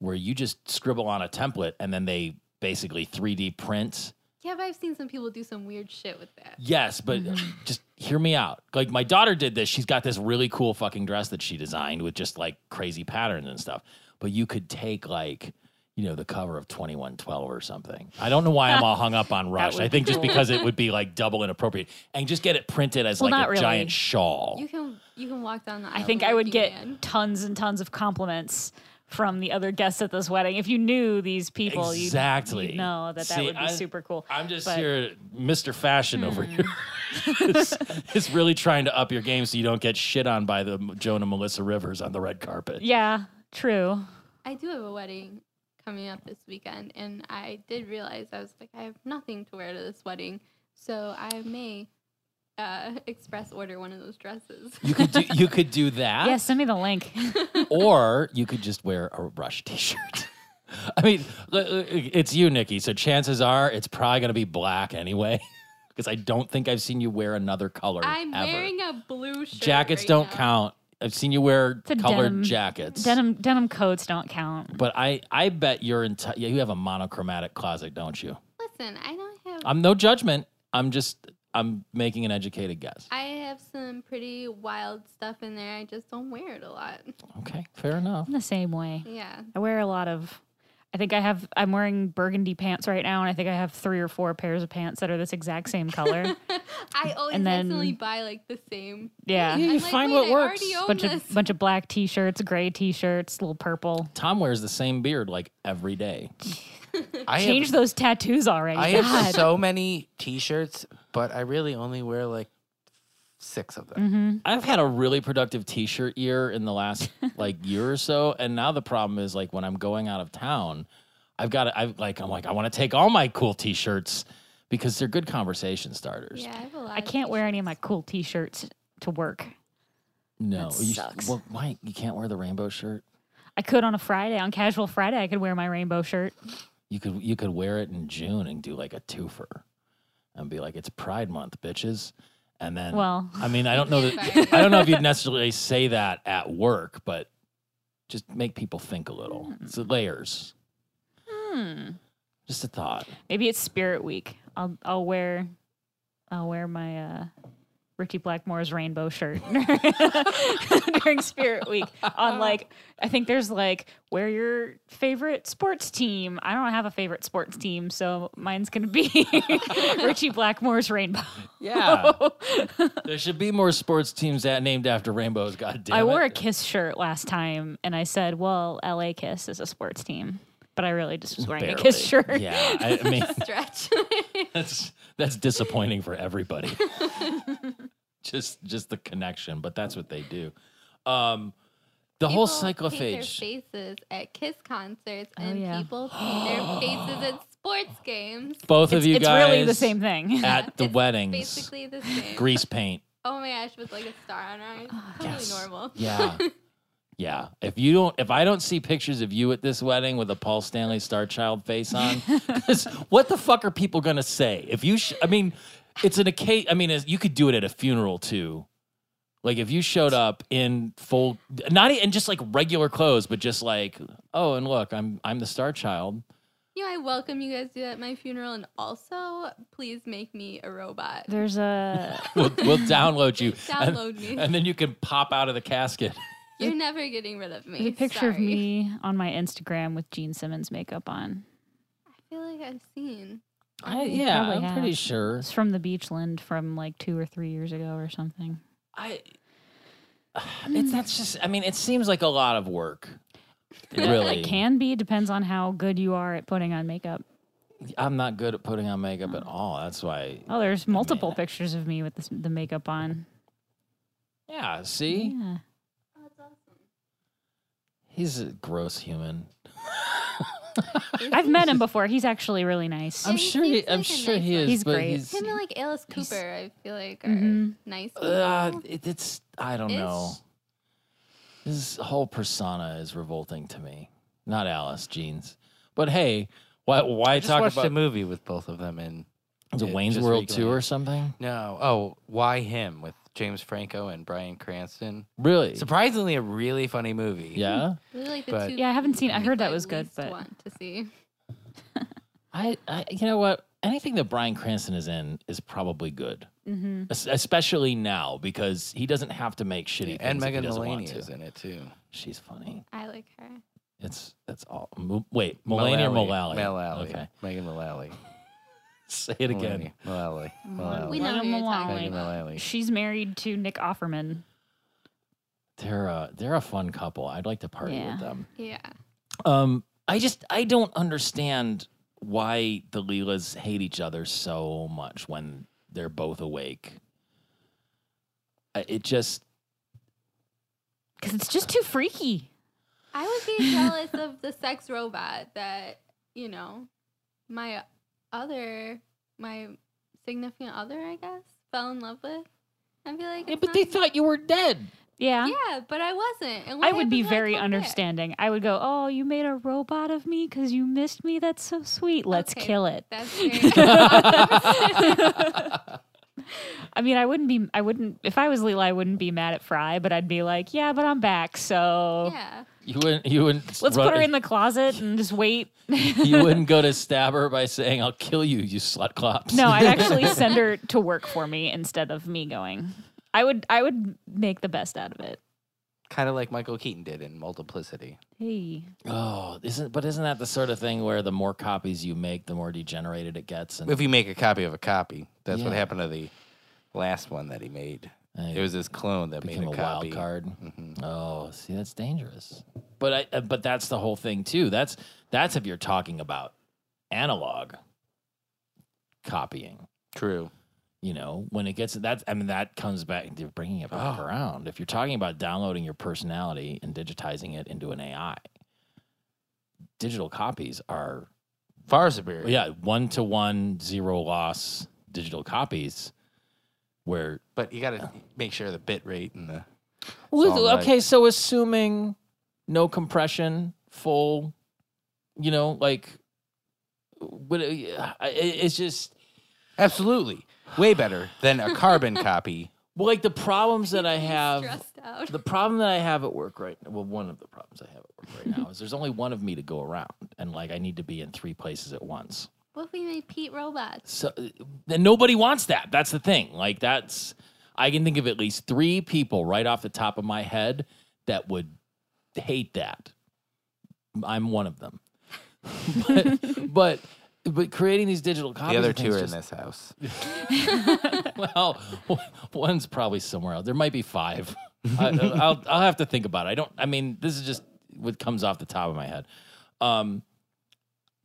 where you just scribble on a template and then they basically 3D print. Yeah, but I've seen some people do some weird shit with that. Yes, but Mm-hmm. just hear me out. Like my daughter did this. She's got this really cool fucking dress that she designed with just like crazy patterns and stuff. But you could take like you know the cover of 2112 or something. I don't know why I'm all hung up on Rush. would I be think just cool. because it would be like double inappropriate and just get it printed as Well, like not a really. giant shawl. You can you can walk down the aisle. I think like I would you get can. tons and tons of compliments from the other guests at this wedding. If you knew these people, you'd- Exactly. you'd, know that that See, would be I- super cool. I'm just But- Hmm. here, Mr. Fashion over here. it's, it's really trying to up your game so you don't get shit on by the Jonah Melissa Rivers on the red carpet. Yeah, true. I do have a wedding coming up this weekend, and I did realize I was like, I have nothing to wear to this wedding, so I may uh, express order one of those dresses. You could do, you could do that. Yeah, send me the link. Or you could just wear a Rush T-shirt. I mean, l- l- it's you, Nikki. So chances are it's probably going to be black anyway, because I don't think I've seen you wear another color. I'm ever. wearing a blue shirt. jackets. right don't now. count. I've seen you wear a colored denim- jackets. denim denim coats don't count. But I, I bet you're enti- yeah, you have a monochromatic closet, don't you? Listen, I don't have. i I'm no judgment. I'm just I'm making an educated guess. have some pretty wild stuff in there. I just don't wear it a lot. Okay, fair enough. I'm the same way. Yeah. I wear a lot of. I think I have. I'm wearing burgundy pants right now, and I think I have three or four pairs of pants that are this exact same color. I always And then- accidentally buy like the same. Yeah, You I'm find wait, what I works. already own bunch this. of bunch of black t-shirts, gray t-shirts, little purple. Tom wears the same beard like every day. I have- Change those tattoos already. I God. have so many T-shirts, but I really only wear like six of them. Mm-hmm. I've had a really productive t-shirt year in the last like year or so, and now the problem is like when I'm going out of town, I've got to, I've like I'm like I want to take all my cool t-shirts because they're good conversation starters. yeah, I have a lot. I can't wear any of my cool t-shirts to work. No, That you, sucks. Well, why you can't wear the rainbow shirt? I could on a Friday, on casual Friday, I could wear my rainbow shirt. You could you could wear it in June and do like a twofer, and be like it's Pride Month, bitches. And then, Well. I mean, I don't know that Right. I don't know if you'd necessarily say that at work, but just make people think a little. Hmm. It's layers. Just a thought. Maybe it's Spirit Week. I'll I'll wear I'll wear my uh, Richie Blackmore's rainbow shirt during Spirit Week. On like I think there's like wear your favorite sports team. I don't have a favorite sports team, so mine's gonna be Richie Blackmore's rainbow. Yeah, there should be more sports teams that named after rainbows. God damn I it. wore a Kiss shirt last time, and I said, "Well, LA Kiss is a sports team," but I really just was wearing a Kiss Barely. shirt. Yeah, I, I mean stretch. that's that's disappointing for everybody. just just the connection, but that's what they do. Um, The whole People paint cyclophage. their faces at Kiss concerts, Oh, and yeah. people paint their faces at sports games. Both It's, of you it's guys really the same thing. at the It's weddings. Basically the same. Grease paint. Oh my gosh, with like a star on her eyes. Oh, Totally Yes. normal. Yeah. Yeah. If you don't if I don't see pictures of you at this wedding with a Paul Stanley Star Child face on, 'cause what the fuck are people going to say? If you sh- I mean, it's an occasion I mean, as- you could do it at a funeral too. Like if you showed up in full not e- in just like regular clothes, but just like, "Oh, and look, I'm I'm the Star Child." You know, I welcome you guys to do that at my funeral, and also please make me a robot. There's a We'll, we'll download you. And- Download me. and then you can pop out of the casket. You're never getting rid of me. there's a picture of Sorry. me on my Instagram with Gene Simmons makeup on. I feel like I've seen. I, Okay. yeah, probably I'm have. pretty sure. It's from the Beachland from like two or three years ago or something. I it's that's just I mean, it seems like a lot of work. It It- really It can be, depends on how good you are at putting on makeup. I'm not good at putting on makeup at all. That's why Oh, there's multiple that- pictures of me with this, the makeup on. Yeah, see? Yeah. He's a gross human. I've met him before. He's actually really nice. I'm he sure he, seems I'm like a sure nice he guy. is, He's but great. he's Him and like Alice He's- Cooper, I feel like are Mhm. nice. uh, people. it, it's I don't know. His whole persona is revolting to me. Not Alice Jeans. But hey, why why I just talk watched a about movie with both of them and the it Wayne's just World recently. 2 or something? no. Oh, why him with James Franco and Brian Cranston? Really? Surprisingly, a really funny movie. Yeah? Really like the But- two Yeah, I haven't seen- I movies heard that was good, least but- want to see. I, I you know what? Anything that Brian Cranston is in is probably good, hmm Es- especially now because he doesn't have to make shitty. things And if he Megan doesn't want Mullany to. is in it too. She's funny. I like her. It's that's all. Mu- Wait, Mulaney or Mullally? Mullally. Okay, Megan Mullally. say it again. Mulaney. Mullally. Mullally. We know who you're talking Megan about. Mullally. She's married to Nick Offerman. They're a they're a fun couple. I'd like to party Yeah. with them. Yeah. Um, I just I don't understand why the Leelas hate each other so much when they're both awake. I- It just Because it's just too freaky. I would be jealous of the sex robot that, you know, my other, my significant other, I guess, fell in love with. I'd be like, Yeah, it's but they not- thought you were dead. Yeah. Yeah, but I wasn't. And what I would be happens when very come back? understanding. I would go, "Oh, you made a robot of me because you missed me. That's so sweet. Let's Okay, kill it." That's very I mean, I wouldn't be. I wouldn't. If I was Leela, I wouldn't be mad at Fry, but I'd be like, "Yeah, but I'm back, so Yeah. You wouldn't. You wouldn't. let's run- put her in the closet and just wait." you wouldn't go to stab her by saying, "I'll kill you, you slut clops." No, I'd actually send her to work for me instead of me going. I would. I would make the best out of it. Kind of like Michael Keaton did in Multiplicity. Hey, oh, isn't but isn't that the sort of thing where the more copies you make, the more degenerated it gets? And If you make a copy of a copy, that's what Yeah. happened to the last one that he made. uh, It was his clone that made became a, a copy. wild card. Mhm. Oh, see, that's dangerous. But I. uh, But that's the whole thing too. That's that's if you're talking about analog copying. True. you know, when it gets that, I mean, that comes back to bringing it back Oh. around. If you're talking about downloading your personality and digitizing it into an AI, digital copies are, Far superior. yeah, one to one, zero loss digital copies. Where, But you got to make sure the bit rate and the. all right. okay, so assuming no compression, full, you know, like, but it, it's just, Absolutely. Way better than a carbon copy. well, like the problems that I have. Stressed out. the problem that I have at work right well, one of the problems I have at work right now is there's only one of me to go around, and like I need to be in three places at once. What if we made Pete robots? So then nobody wants that. That's the thing. Like that's I can think of at least three people right off the top of my head that would hate that. I'm one of them. but but but creating these digital copies. The other of two things are in just- this house. well, w- one's probably somewhere else. There might be five. I, I'll I'll have to think about it. I don't. I mean, this is just what comes off the top of my head. Um,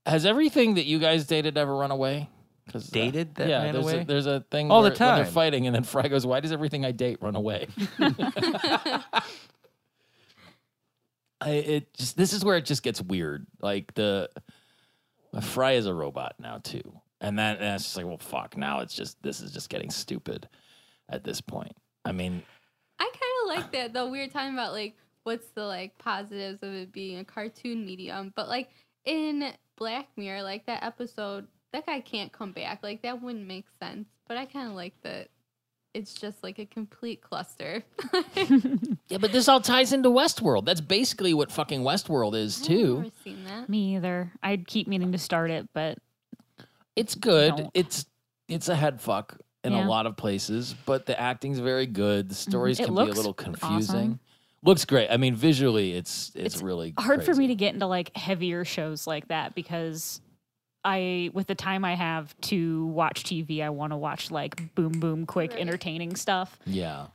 has everything that you guys dated ever run away? uh, Because Dated that yeah, ran there's away? a there's a thing All the where- when they're time. fighting, and then Fry goes, "Why does everything I date run away?" I, it just this is where it just gets weird. Like the Fry is a robot now too, and that and it's just like well fuck. Now it's just this is just getting stupid at this point. I mean, I kind of like that though. We were talking about like what's the like positives of it being a cartoon medium, but like in Black Mirror, like that episode, that guy can't come back. Like that wouldn't make sense. But I kind of like that. It's just like a complete cluster. yeah, but this all ties into Westworld. That's basically what fucking Westworld is I've too. never seen that. Me either. I'd keep meaning to start it, but It's good. Don't. It's it's a head fuck in Yeah. Mm-hmm. a lot of places, but the acting's very good. The stories It can be a looks little confusing. awesome. Looks great. I mean, visually, it's it's, It's really hard for me crazy. to get into like heavier shows like that because I, with the time I have to watch TV, I want to watch like boom, boom, quick, Right. entertaining stuff. Yeah,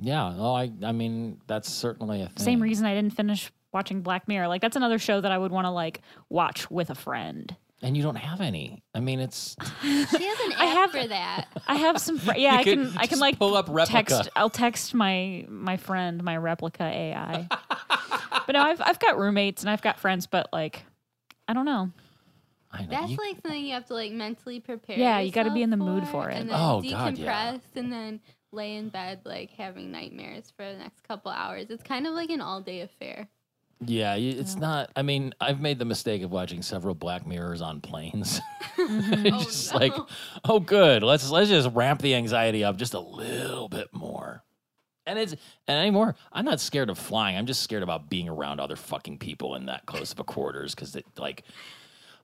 yeah. Well, I I mean, that's certainly a thing. Same reason I didn't finish watching Black Mirror. Like that's another show that I would want to like watch with a friend. And you don't have any. I mean, it's She has an app I have- for that. I have some. Fr- yeah, You I could can. I can just like pull up replica. Text. I'll text my my friend my replica AI. but no, I've I've got roommates and I've got friends, but like, I don't know. I know, That's you- like something you have to like mentally prepare. Yeah, you gotta got to be in the mood for it. And then Oh, decompress God, yeah. and then lay in bed like having nightmares for the next couple hours. It's kind of like an all day affair. yeah, you- it's not. I mean, I've made the mistake of watching several Black Mirrors on planes. It's Oh, just no. like, oh, good. Let's let's just ramp the anxiety up just a little bit more. And it's and anymore. I'm not scared of flying. I'm just scared about being around other fucking people in that close of a quarters because it like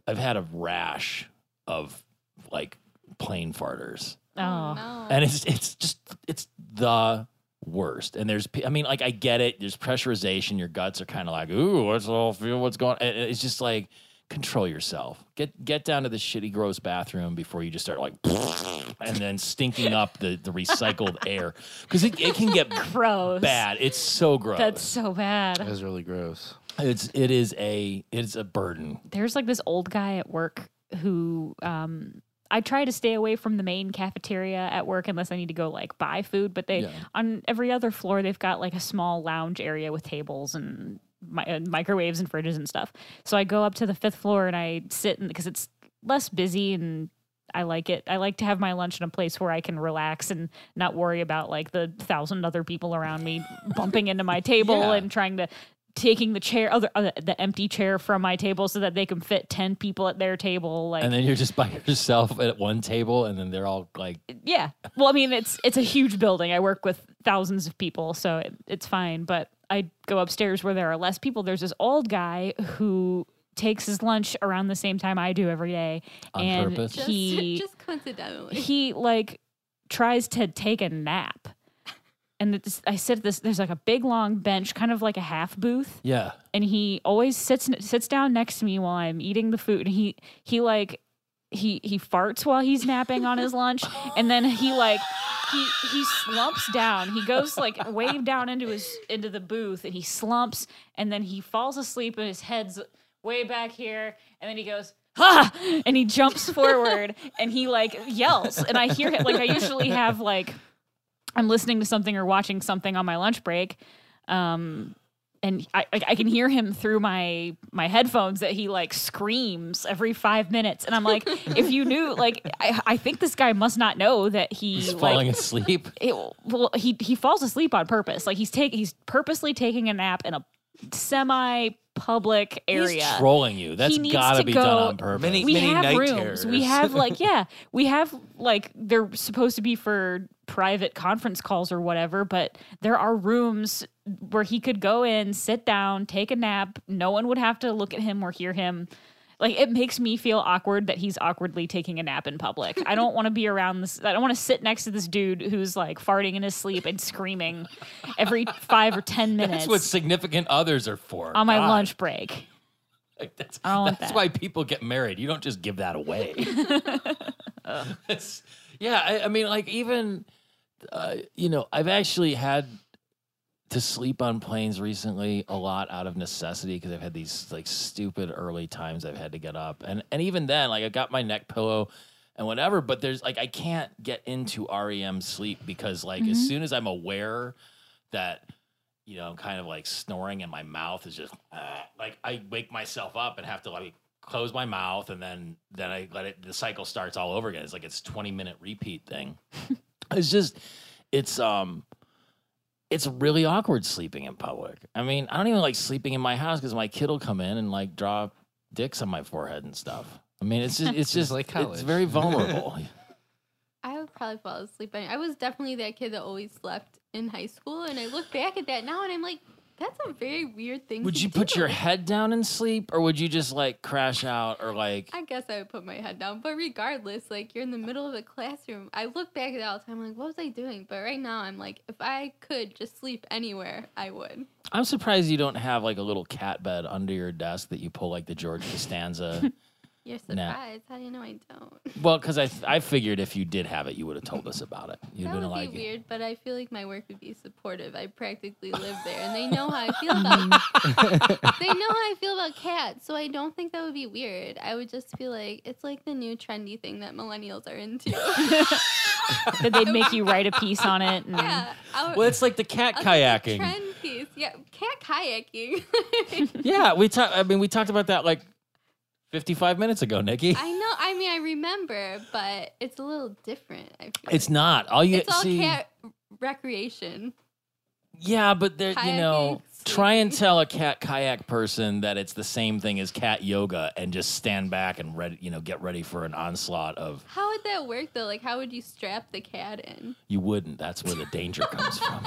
I've had a rash of like plane farters. Oh, no. and it's it's just it's the worst. And there's, pe- I mean, like I get it. There's pressurization. Your guts are kind of like, ooh, what's all feel? What's going? and It's just like control yourself. Get get down to the shitty, gross bathroom before you just start like, and then stinking up the the recycled air because it, it can get gross. bad. It's so gross. That's so That bad. was really gross. it's it is a it's a burden. There's like this old guy at work who um I try to stay away from the main cafeteria at work unless I need to go like buy food, but they Yeah. on every other floor they've got like a small lounge area with tables and mi- uh, microwaves and fridges and stuff. So I go up to the 5th floor and I sit in because it's less busy and I like it. I like to have my lunch in a place where I can relax and not worry about like the thousand other people around me bumping into my table Yeah. and trying to taking the chair other uh, the empty chair from my table so that they can fit 10 people at their table like And then you're just by yourself at one table, and then they're all like, yeah well i mean it's it's a huge building i work with thousands of people so it, it's fine but i go upstairs where there are less people there's this old guy who takes his lunch around the same time i do every day On and purpose? just, he just coincidentally. he like tries to take a nap and it's, i sit at this there's like a big long bench kind of like a half booth yeah, and he always sits sits down next to me while I'm eating the food. And he he like he he farts while he's napping on his lunch, and then he like he he slumps down. He goes like way down into his into the booth, and he slumps, and then he falls asleep, and his head's way back here, and then he goes. Ha! And he jumps forward and he like yells. And I hear him like I usually have like I'm listening to something or watching something on my lunch break. Um, and I, I I can hear him through my my headphones that he like screams every five minutes, and I'm like, if you knew, like, I, I think this guy must not know that he he's like, falling asleep. it, well, he he falls asleep on purpose. Like he's take he's purposely taking a nap in a semi public area. He's trolling you. That's needs gotta to be go- done on purpose. Many- we have night rooms. We terrors. have like yeah, we have like they're supposed to be for private conference calls or whatever, but there are rooms where he could go in, sit down, take a nap. No one would have to look at him or hear him. Like it makes me feel awkward that he's awkwardly taking a nap in public. I don't want to be around this. I don't want to sit next to this dude who's like farting in his sleep and screaming every five or ten minutes that's what significant others are for. on my God. lunch break. Like, that's I don't want that's that. why people get married. You don't just give that away. It's- yeah, I, I mean, like even uh, you know, I've actually had to sleep on planes recently a lot out of necessity because I've had these like stupid early times I've had to get up, and and even then, like I got my neck pillow. And whatever, but there's like I can't E get into REM sleep because like as soon as I'm aware that you know, I'm kind of like snoring and my mouth is just "Ah." like I wake myself up and have to like close my mouth and then then I let it the cycle starts all over again. It's like it's 20 minute repeat thing. it's just it's um it's really awkward sleeping in public. I mean, I don't even like sleeping in my house because my kid will come in and like draw dicks on my forehead and stuff. I mean, it's just, it's just like like it's college. very vulnerable. I would probably fall asleep. any- I was definitely that kid that always slept in high school, and I look back at that now, and I'm like, that's a very weird thing. would to you put do. your head down and sleep, or would you just like crash out, or like I guess I would put my head down, but regardless, like you're in the middle of a classroom. I look back at it all the time, like, what was I doing? But right now, I'm like, if I could just sleep anywhere, I would. I'm surprised you don't have like a little cat bed under your desk that you pull like the George Costanza. You're Nah. surprised. How do you know I don't? well, because I I figured if you did have it, you would have told us about it. You'd that been would like, be weird, but I feel like my work would be supportive. I practically live there, and they know how I feel Mm. about. they know how I feel about cats, so I don't think that would be weird. I would just feel like it's like the new trendy thing that millennials are into. That they'd make you write a piece on it. And yeah, I would- Well, it's like the cat I think it's a kayaking. trend piece. Yeah, cat kayaking. yeah, we talked. I mean, we talked about that like 55 minutes ago, Nikki. I know. I mean, I remember, but it's a little different. I feel it's like. not all you It's all see. cat recreation. yeah, but there, you know, Kayaking, try and swimming. tell a cat kayak person that it's the same thing as cat yoga, and just stand back and ready, you know, get ready for an onslaught of. How would that work though? Like, how would you strap the cat in? You wouldn't. That's where the danger comes from.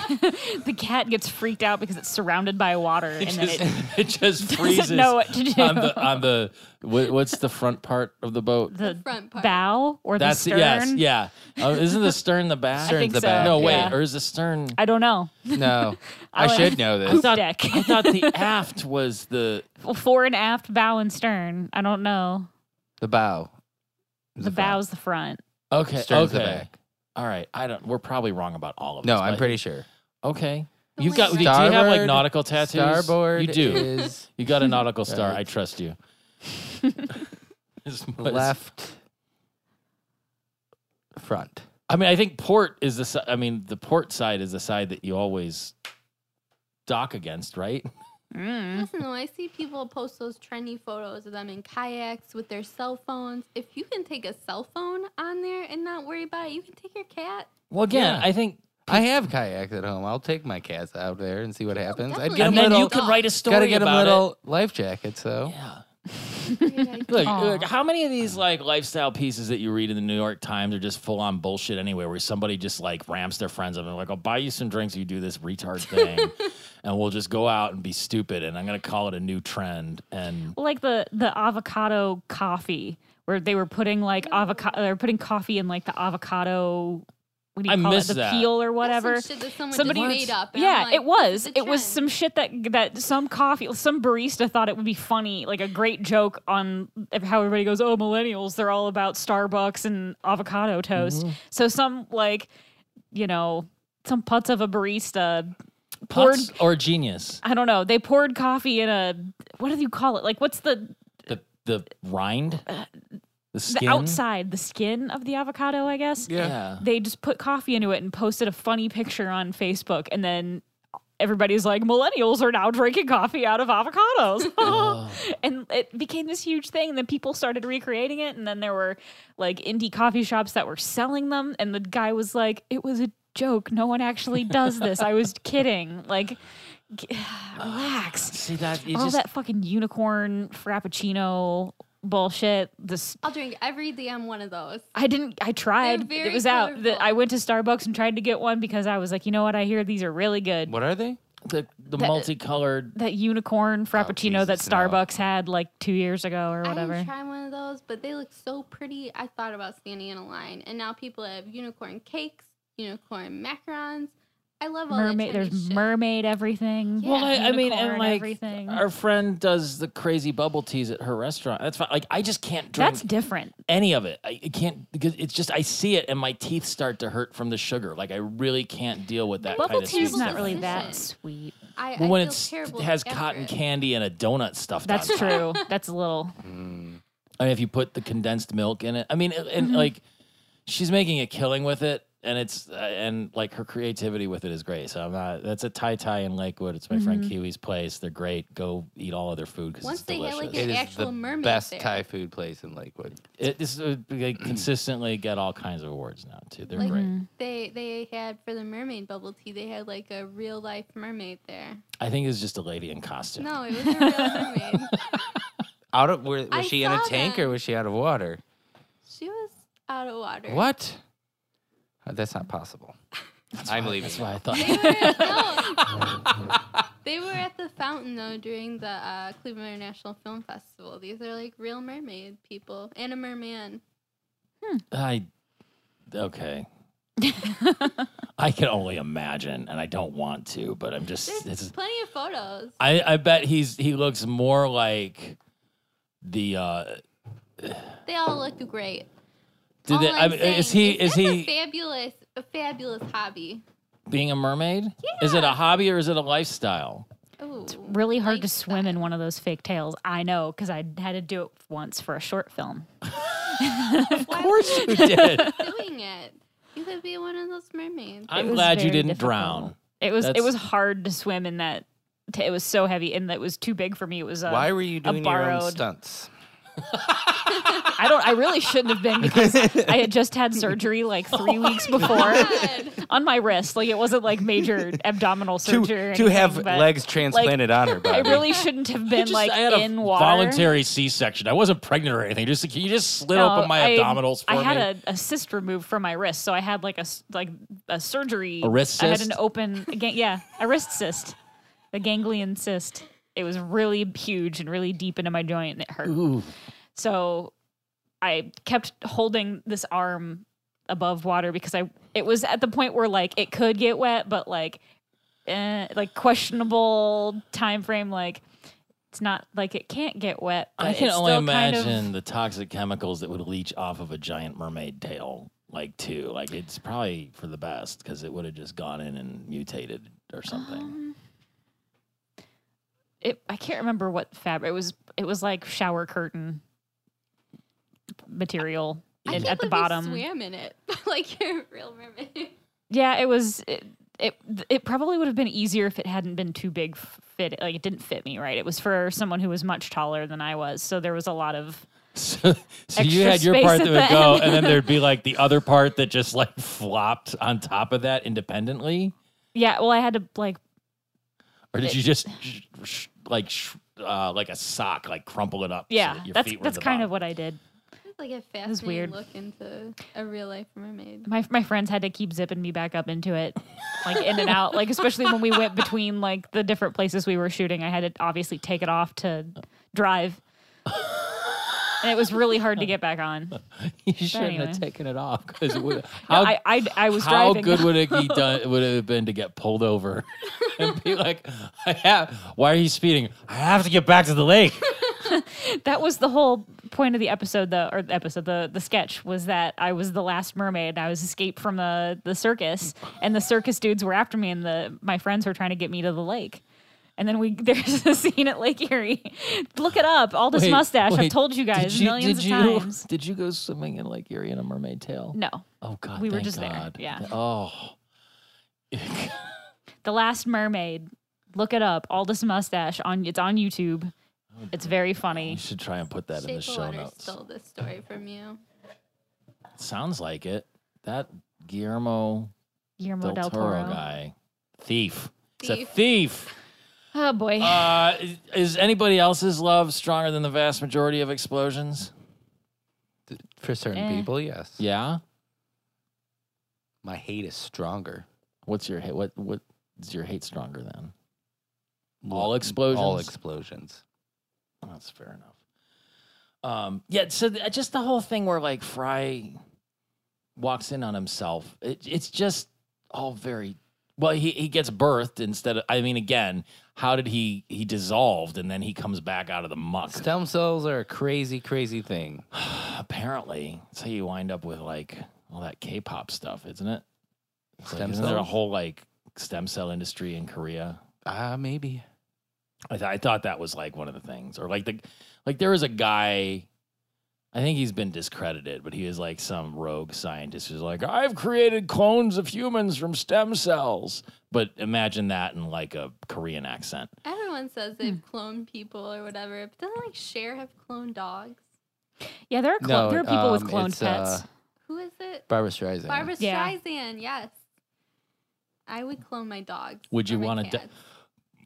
the cat gets freaked out because it's surrounded by water, and then just- it it just freezes doesn't know what to do. on the on the what, what's the front part of the boat? the front part. bow or That's the stern. yes, yeah. Oh, isn't the stern the back? I think the so. back, no, wait, yeah. or is the stern? I don't know. No, I I'll- should know I'm this. thought- deck. I thought the aft was the Well, fore and aft, bow and stern. I don't know. The bow. The, is front. bow's the front. okay. Stern's okay. the back. All right. I don't. We're probably wrong about all of No, this. I'm but- pretty sure. okay. The You've got. wing, Do you have like Starboard- nautical tattoos? Starboard You do. is You got a nautical star. Right. I trust you. As much as- left front. I mean, I think port is the. si- I mean, the port side is the side that you always dock against, right? Mm. Listen though, I see people post those trendy photos of them in kayaks with their cell phones. If you can take a cell phone on there and not worry about it, you can take your cat. Well, again, I think, I have kayaks at home. I'll take my cats out there and see what happens. I'd definitely. get and them then little. you can write a story gotta get them about little life jackets it. though. Yeah. Look, Look, Aw. look, how many of these like lifestyle pieces that you read in the New York Times are just full on bullshit anyway, where somebody just like ramps their friends up and like, I'll buy you some drinks, you do this retard thing, and we'll just go out and be stupid, and I'm gonna call it a new trend. And Like the the avocado coffee, where they were putting like avocado, they were putting coffee in like the avocado. What do you I call it? miss The that. peel or whatever. Some shit that someone Somebody- just made up. and yeah, I'm like, it was. this is a It was trend. some shit that that some coffee, some barista thought it would be funny, like a great joke on how everybody goes, "Oh, millennials, they're all about Starbucks and avocado toast." So some like, you know, some putz of a barista poured. putz or genius, I don't know. They poured coffee in a what do you call it? Like what's the the the rind, the Uh, the skin, outside, the skin of the avocado, I guess. yeah. they just put coffee into it and posted a funny picture on Facebook and then everybody's like millennials are now drinking coffee out of avocados and it became this huge thing and then people started recreating it and then there were like indie coffee shops that were selling them and the guy was like it was a joke no one actually does this i was kidding like g- relax See that? You all just, that fucking unicorn frappuccino bullshit this I'll drink every damn one of those. I didn't. I tried. very It was out. The, colorful. I went to Starbucks and tried to get one because I was like, you know what? I hear these are really good. What are they? the the multicolored. That unicorn frappuccino that Oh, Jesus, no. Starbucks had like two years ago or I whatever. didn't try one of those, but they look so pretty. I thought about standing in a line, and now people have unicorn cakes, unicorn macarons. I love all Mermaid. That There's trendy shit. mermaid everything. Yeah. Well, I, I mean, Unicorn and like everything. our friend does the crazy bubble teas at her restaurant. That's fine. Like, I just can't drink That's different. any of it. I I can't because it's just I see it and my teeth start to hurt from the sugar. Like I really can't deal with that. Bubble kind of tea is sweet not stuff. really that Decision. sweet. I, Well, I when feel it's terrible it has after cotton it. candy and a donut stuffed. That's on top. true. That's a little. Mm-hmm. I mean, if you put the condensed milk in it, I mean, and, and, like she's making a killing with it, and it's uh, and like her creativity with it is great. So I'm not. That's a tie tie in Lakewood. It's my friend Mm-hmm. Kiwi's place. They're great. Go eat all of their food because Once it's they had, delicious. like, It The is actual the mermaid best there. Thai food place in Lakewood. It, this is, uh, they consistently get all kinds of awards now too. They're Like- Mm. great. They they had for the mermaid bubble tea. They had like a real life mermaid there. I think it's just a lady in costume. No, it was a real mermaid. Out of were, was I she in a saw tank that. or was she out of water? She was out of water. What? Uh, that's not possible. I'm Why- leaving. That's why I They thought. were, no. they were at the fountain though during the uh, Cleveland International Film Festival. These are like real mermaid people and a merman. I okay. I can only imagine, and I don't want to, but I'm just. There's It's, plenty of photos. I I bet he's he looks more like the. uh They all look great. Did All they, I, I'm mean, saying is he is that's he a fabulous a fabulous hobby? being a mermaid? Is it a hobby or is it a lifestyle? Ooh, Really hard to swim in one of those fake tails. I know because I had to do it once for a short film. Of course you did. doing it. You could be one of those mermaids. It I'm was glad you very didn't difficult. drown. It was it That's- was hard to swim in that. ta it was so heavy and it was too big for me. It was uh, Why were you a doing your own borrowed- stunts? I don't. I really shouldn't have been because I had just had surgery like three Oh weeks before God. on my wrist. Like it wasn't like major abdominal To, surgery. to or anything, have but legs transplanted on her I body. really shouldn't have been just- like I had in a water. voluntary C-section. I wasn't pregnant or anything. Just you just slid No, open my I- abdominals for I had me. a, a cyst removed from my wrist, so I had like a s- like a surgery. A wrist I had an cyst? open, a gan- yeah, a wrist cyst, a ganglion cyst. It was really huge and really deep into my joint, and it hurt. Ooh. So I kept holding this arm above water because I it was at the point where like it could get wet, but like eh, like questionable time frame. Like it's not like it can't get wet. But I can it's only still kind imagine of- the toxic chemicals that would leach off of a giant mermaid tail, like too. Like it's probably for the best because it would have just gone in and mutated or something. Um, it I can't remember what fabric it was it was like shower curtain material I in- can't at the believe you bottom. swam in it like you're a real mermaid. Yeah, it was it, it it probably would have been easier if it hadn't been too big f- fit like it didn't fit me right. It was for someone who was much taller than I was, so there was a lot of So, so you Extra had your space part at that the would go, end. and then there'd be like the other part that just like flopped on top of that independently, Yeah, well I had to like or did you just sh- sh- like sh- uh, like a sock, like crumple it up? so yeah, that your that's feet were at that's the kind of bottom? what I did. It's like a was fascinating weird. look into a real life mermaid. My my friends had to keep zipping me back up into it. Like in and out, like especially when we went between like the different places we were shooting, I had to obviously take it off to drive. and it was really hard to get back on. you shouldn't have anyway. taken it off because how I, I I was How driving. good would it be done? Would it have been to get pulled over and be like, "I have. Why are you speeding? I have to get back to the lake." that was the whole point of the episode though or the episode the the sketch was that i was the last mermaid i was escaped from the the circus and the circus dudes were after me and the my friends were trying to get me to the lake and then we there's a scene at lake erie look it up all this Wait, mustache i've wait, told you guys did you- millions did you, of times Did you go swimming in Lake Erie in a mermaid tail? no Oh God, We were thank just there, God. yeah. Oh, the last mermaid look it up all this mustache on it's on youtube it's very you funny should try and put that in the Shape of show Water notes. stole this story from you. Sounds like it. That Guillermo guillermo del Toro guy, thief. It's a Thief. thief. oh boy Uh, is- is anybody else's love stronger than the vast majority of explosions? For certain Eh. people, yes. Yeah. My hate is stronger. What's your hate? What what is your hate stronger than? All explosions? All explosions. Oh, That's fair enough. Um, yeah. So th- just the whole thing where like Fry walks in on himself. It, it's just all very well. He he gets birthed instead of. I mean, again, how did he he dissolved and then he comes back out of the muck? Stem cells are a crazy, crazy thing. Apparently, that's how you wind up with like all that K-pop stuff, isn't it? It's like, Stem isn't there a cells? whole like stem cell industry in Korea? Ah, maybe. I, th- I thought that was like one of the things, or like the like there was a guy I think he's been discredited, but he was like some rogue scientist who's like, I've created clones of humans from stem cells. But imagine that in like a Korean accent. Everyone says they've Hmm. cloned people or whatever, but doesn't like Cher have cloned dogs? Yeah, there are clo- No, there are people with um, cloned it's, uh, pets. Who is it? Barbara Streisand. Barbara Yeah. Streisand. Yes, I would clone my dogs. Would you or my wanna d- cats.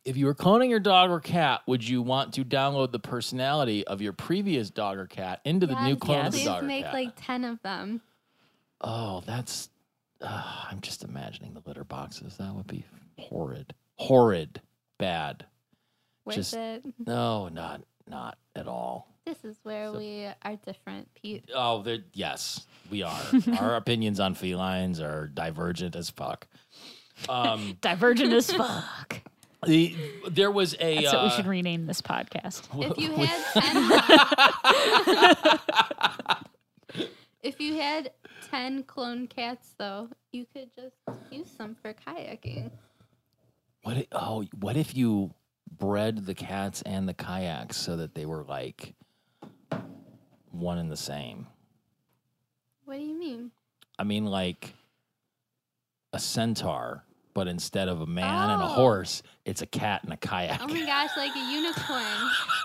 If you were cloning your dog or cat, would you want to download the personality of your previous dog or cat into the new Yes, clone of the Please dog make or cat? like ten of them. oh, that's. ah, I'm just imagining the litter boxes. That would be horrid, horrid, bad. Worth Just- it. No, not not at all. This is where So- we are different, Pete. Oh, there. Yes, we are. Our opinions on felines are divergent as fuck. Um, Divergent as fuck. the there was a. That's what uh, we should rename this podcast. If you had ten, if you had ten clone cats, though, you could just use some for kayaking. What? i- oh, what if you bred the cats and the kayaks so that they were like one and the same? What do you mean? I mean, like a centaur, but instead of a man and a Oh. horse, it's a cat and a kayak. Oh my gosh, like a unicorn.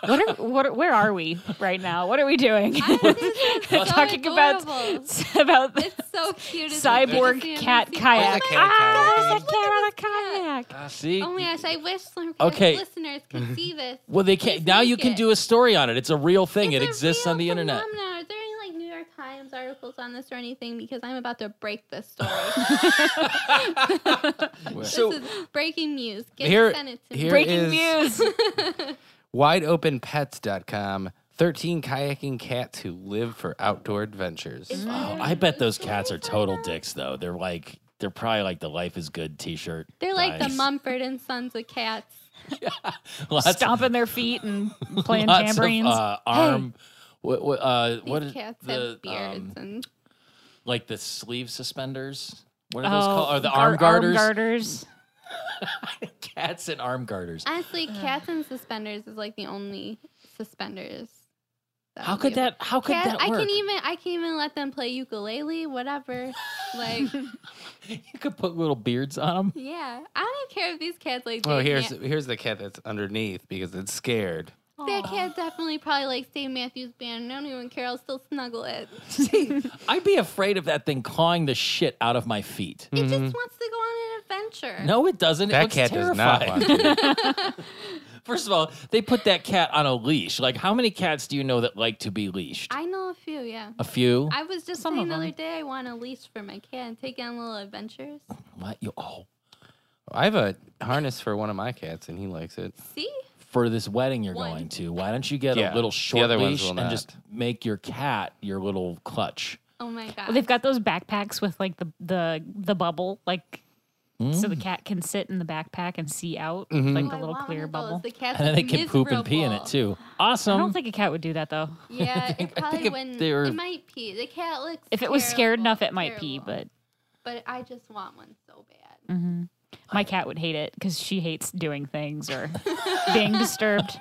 What are what? Are, where are we right now? What are we doing? I think this is so Talking adorable. about about the It's so cute. It's like cyborg fantasy cat fantasy. kayak. There's a cat Ah, kayak. there's a cat on a kayak. Ah, see, Oh my gosh, I wish some Okay. Mm-hmm. listeners could see this. Well, they can't. Please Now make you can it. do a story on it. It's a real thing. It's it a exists on real the internet. phenomenon. Are there any like New York Times articles on this or anything? Because I'm about to break this story. So- this is breaking news. Get Here- send it to here- me. Breaking is- news. WideOpenPets.com. 13 kayaking cats who live for outdoor adventures. Is Oh, there I bet those any cats are stories on total that? dicks, though. They're like, they're probably like the Life is Good T-shirt. They're like the guys. Mumford and Sons of cats. Lots, Stomping their feet and playing lots of tambourines. uh, arm. What? what, uh, These what is cats the have beards um, and like the sleeve suspenders? What are those called? oh, Are the gar- arm garters? garters. cats and arm garters. honestly, cats and suspenders is like the only suspenders. that How I could do. that? How could Cat- that I work? can even I can even let them play ukulele, whatever. Like, you could put little beards on them. yeah, I don't care if these cats like. Well, they here's can't- here's the cat that's underneath because it's scared. that cat definitely probably likes Dave Matthews Band. I don't even care. I'll still snuggle it. I'd be afraid of that thing clawing the shit out of my feet. It just wants to go on an adventure. Mm-hmm. No, it doesn't. It That looks cat terrifying. does not want to. First of all, they put that cat on a leash. Like, how many cats do you know that like to be leashed? I know a few. Yeah, A few. I was just Some saying of the other them. day I want a leash for my cat and take on little adventures. what? You, oh, I have a harness for one of my cats and he likes it. See, for this wedding you're One. going to, why don't you get Yeah, a little the short other ones leash will and just make your cat your little clutch? oh my god, Well, they've got those backpacks with like the the the bubble, like so the cat can sit in the backpack and see out, like Oh, the little I want one clear of those. bubble. The cat's And then they can poop and pee in it miserable. too. I Awesome. don't think a cat would do that though. Yeah, think- it I probably think if wouldn't. they were- It might pee. The cat looks. If it was scared terrible, enough, it might pee, terrible. but but I just want one so bad. mhm. my cat would hate it because she hates doing things or being disturbed.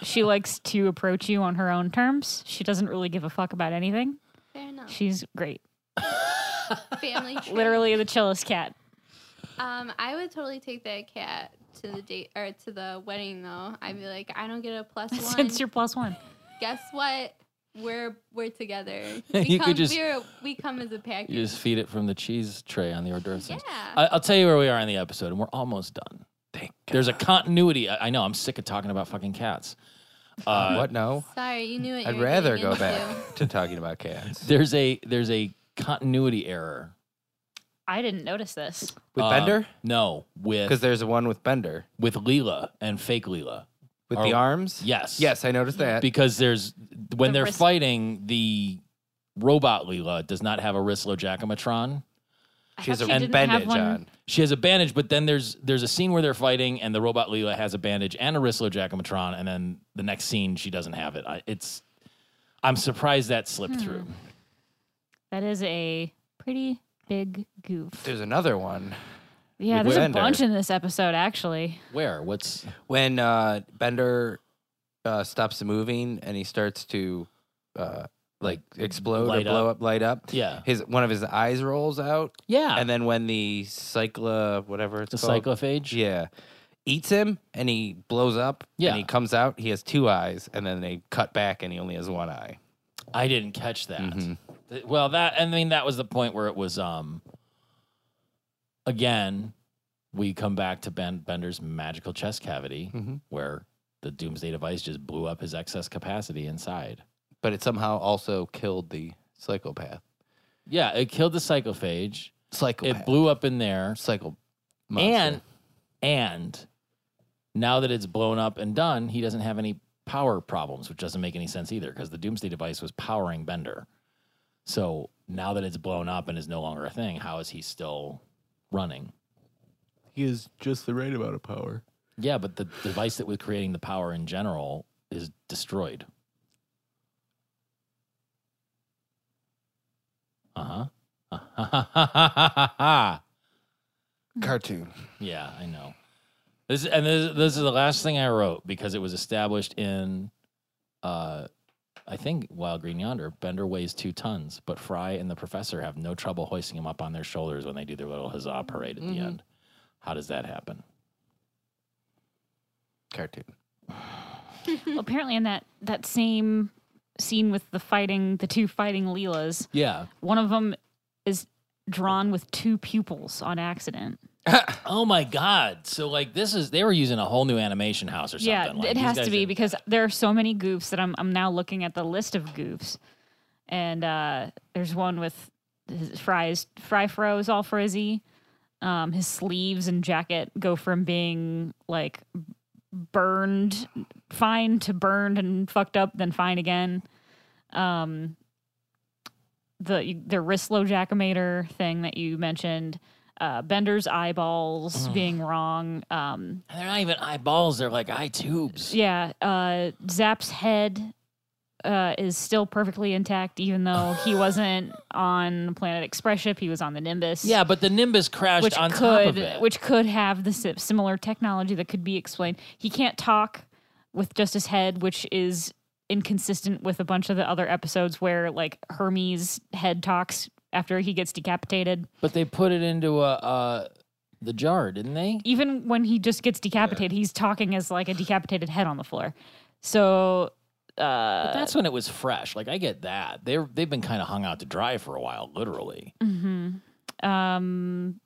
She likes to approach you on her own terms. She doesn't really give a fuck about anything. Fair enough. She's great. Family tree. Literally the chillest cat. Um, I would totally take that cat to the date or to the wedding though. I'd be like, I don't get a plus one. Since you're plus one. Guess what? We're we're together. We You could come, just- we're, we come as a package. You just feed it from the cheese tray on the hors d'oeuvres. yeah. things. I, I'll tell you where we are in the episode, and we're almost done. Thank God. There's a continuity. I, I know. I'm sick of talking about fucking cats. Uh, what? No. Sorry, you knew it. I'd rather go back to talking about cats. There's a there's a continuity error I didn't notice this. With Uh, Bender? No, Because with there's one with Bender. with Leela and fake Leela. With Are- the arms? Yes. Yes, I noticed that. Because there's when The they're wrist- fighting the robot Leela does not have a wrist jacomatron. I She's thought a she and didn't bandage have one- on. She has a bandage, but then there's there's a scene where they're fighting and the robot Leela has a bandage and a wrist jacomatron, and then the next scene she doesn't have it. I, it's I'm surprised that slipped through. That is a pretty big goof. There's another one. yeah, with there's a Bender. bunch in this episode actually. Where? What's When uh, Bender uh, stops moving and he starts to uh, like explode Light or blow up. up. light up. Yeah. His one of his eyes rolls out, Yeah. and then when the cycla whatever it's the called, cyclophage. yeah, eats him and he blows up. Yeah. and he comes out. He has two eyes, and then they cut back and he only has one eye. I didn't catch that. Mhm. Th- Well, that I mean that was the point where it was um again we come back to ben, Bender's magical chest cavity Mhm. where the doomsday device just blew up his excess capacity inside. But it somehow also killed the psychopath. Yeah, it killed the psychophage. Psychopath. It blew up in there. Psycho. Monster. And and now that it's blown up and done, he doesn't have any power problems, which doesn't make any sense either because the Doomsday device was powering Bender. So now that it's blown up and is no longer a thing, how is he still running? he is just the right amount of power. Yeah, but the device that was creating the power in general is destroyed. Uh huh. Mm-hmm. Cartoon. Yeah, I know. This and this, this is the last thing I wrote because it was established in, uh, I think Wild Green Yonder. Bender weighs two tons, but Fry and the Professor have no trouble hoisting him up on their shoulders when they do their little huzzah parade at the Mhm. end. How does that happen? Cartoon. Well, apparently, in that that same scene with the fighting, the two fighting Leelas, Yeah. one of them is drawn with two pupils on accident. Oh my God! So like this is they were using a whole new animation house or something. Yeah, Like, it these has guys to be didn't- because there are so many goofs that I'm I'm now looking at the list of goofs, and uh, there's one with his fries fry froze all frizzy. Um, his sleeves and jacket go from being like burned, fine to burned and fucked up, then fine again. Um, the the wrist low jackamator thing that you mentioned, uh, Bender's eyeballs being wrong. Um, they're not even eyeballs; they're like eye tubes. yeah, uh, Zap's head uh, is still perfectly intact, even though he wasn't on Planet Express ship. He was on the Nimbus. Yeah, but the Nimbus crashed which on could top of it. which could have the si- similar technology that could be explained. He can't talk with just his head, which is inconsistent with a bunch of the other episodes where like Hermes' head talks after he gets decapitated. But they put it into a uh, the jar, didn't they? even when he just gets decapitated, he's talking as like a decapitated head on the floor. So But uh that's when it was fresh. Like I get that they are they've been kind of hung out to dry for a while, literally. mhm. um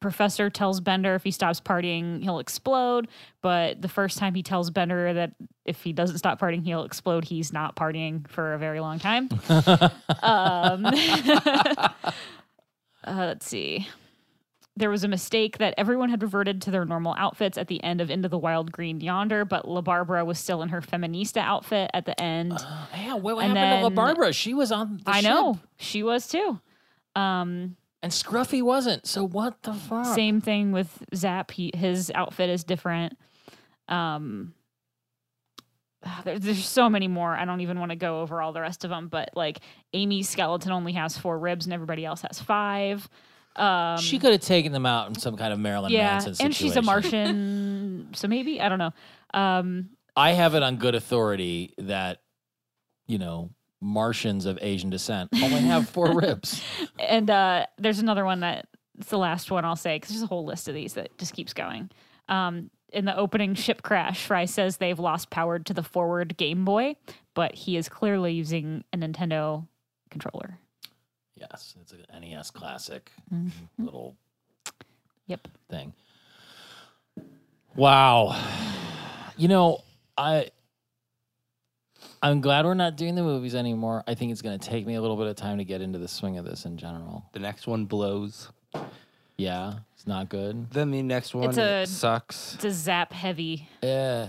Professor tells Bender if he stops partying, he'll explode. But the first time he tells Bender that if he doesn't stop partying, he'll explode, he's not partying for a very long time. um, uh, let's see. There was a mistake that everyone had reverted to their normal outfits at the end of Into the Wild Green Yonder, but LaBarbara was still in her feminista outfit at the end. yeah, what And happened to La then- Barbara? She was on. Uh, The I ship, know. She was too. Um, and Scruffy wasn't. So what the fuck? Same thing with Zap. He, his outfit is different. Um, ah, there, there's so many more. I don't even want to go over all the rest of them. But like Amy's skeleton only has four ribs, and everybody else has five. Um, she could have taken them out in some kind of Marilyn yeah, Manson situation. and she's a Martian, so maybe I don't know. Um, I have it on good authority that you know Martians of Asian descent only have four ribs. and uh, there's another one that it's the last one I'll say because there's a whole list of these that just keeps going. Um, in the opening ship crash, Fry says they've lost power to the forward Game Boy, but he is clearly using a Nintendo controller. Yes, it's an NES classic Mhm. little Yep. thing. Wow. You know, I I'm glad we're not doing the movies anymore. I think it's going to take me a little bit of time to get into the swing of this in general. The next one blows. Yeah, it's not good. Then the next one a- sucks. It's a zap heavy. Yeah. Eh.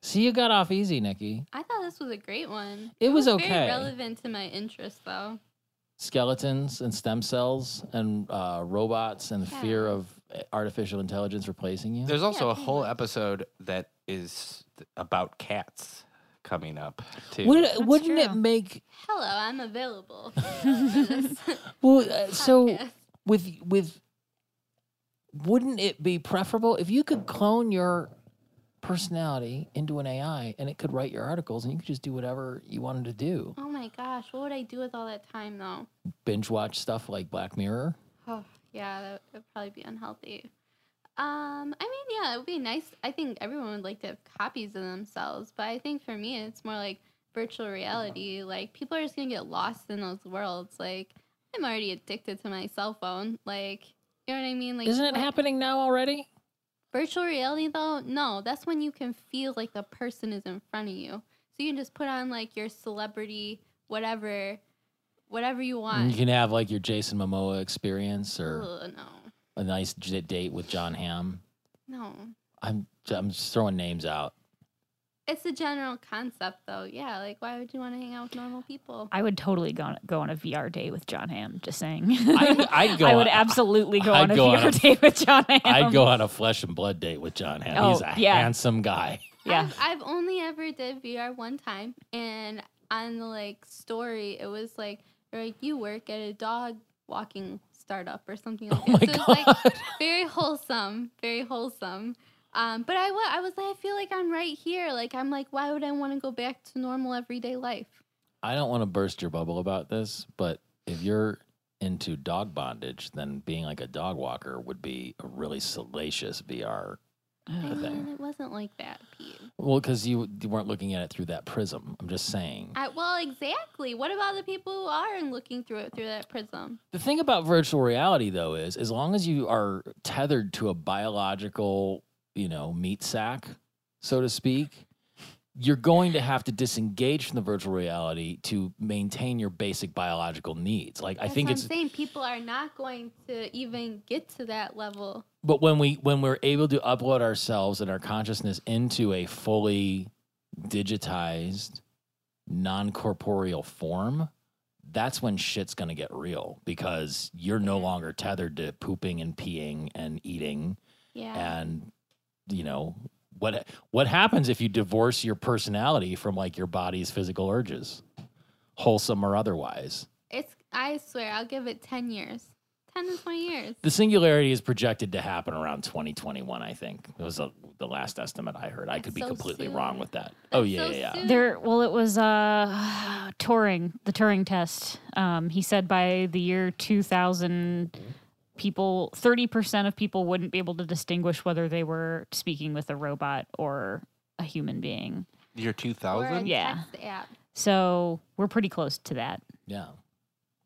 See, you got off easy, Nikki. I thought this was a great one. It was okay. Very relevant to my interest, though. Skeletons and stem cells and uh, robots and Yeah. fear of artificial intelligence replacing you. There's also a pretty whole much. episode that is th- about cats coming up too. Would, That's wouldn't it true. make Hello, I'm available. for this well? Uh, so. podcast. with with wouldn't it be preferable if you could clone your personality into an AI and it could write your articles and you could just do whatever you wanted to do? oh my gosh, what would I do with all that time though? Binge watch stuff like Black Mirror. Oh, yeah, that would probably be unhealthy. Um, I mean, yeah, it would be nice. I think everyone would like to have copies of themselves, but I think for me, it's more like virtual reality. Like, people are just gonna get lost in those worlds. Like, I'm already addicted to my cell phone. Like, you know what I mean? Like, Isn't it what- happening now already? Virtual reality, though, no, that's when you can feel like the person is in front of you. So you can just put on like your celebrity, whatever, whatever you And want. you can have like your Jason Momoa experience or Ugh, no, a nice j- date with John Hamm. no. I'm I'm just throwing names out. It's a general concept, though. Yeah, like why would you want to hang out with normal people? I would totally go on, go on a VR day with John Hamm. Just saying, I, I'd go. I would on- absolutely go I'd on a go on VR a- day with John Hamm. I'd go on a flesh and blood date with John Hamm. He's Oh, a yeah. handsome guy. Yeah, I've, I've only ever did VR one time, and on the like story, it was like they're like you work at a dog walking startup or something like Oh that. my so god. it's like very wholesome, very wholesome. Um, but I, wa- I was like, I feel like I'm right here. Like I'm like, why would I want to go back to normal everyday life? I don't want to burst your bubble about this, but if you're into dog bondage, then being like a dog walker would be a really salacious VR. I Okay. mean, it wasn't like that, Pete. Well, because you, you weren't looking at it through that prism. I'm just saying. I, well, exactly. What about the people who are looking through it through that prism? The thing about virtual reality, though, is as long as you are tethered to a biological, you know, meat sack, so to speak, you're going to have to disengage from the virtual reality to maintain your basic biological needs. Like, I That's think what it's I'm saying people are not going to even get to that level. but when we when we're able to upload ourselves and our consciousness into a fully digitized non-corporeal form that's when shit's going to get real because you're no longer tethered to pooping and peeing and eating Yeah. and you know what what happens if you divorce your personality from like your body's physical urges wholesome or otherwise It's. I swear, I'll give it ten years, ten to twenty years. the singularity is projected to happen around 2021 i think it was the the last estimate i heard i could be so completely soon. wrong with that oh That's yeah so yeah yeah. soon. there. Well, it was uh, Turing, the Turing test. Um, he said by the year two thousand, people thirty percent of people wouldn't be able to distinguish whether they were speaking with a robot or a human being. Year Or a 2000? Yeah. text app. So we're pretty close to that. yeah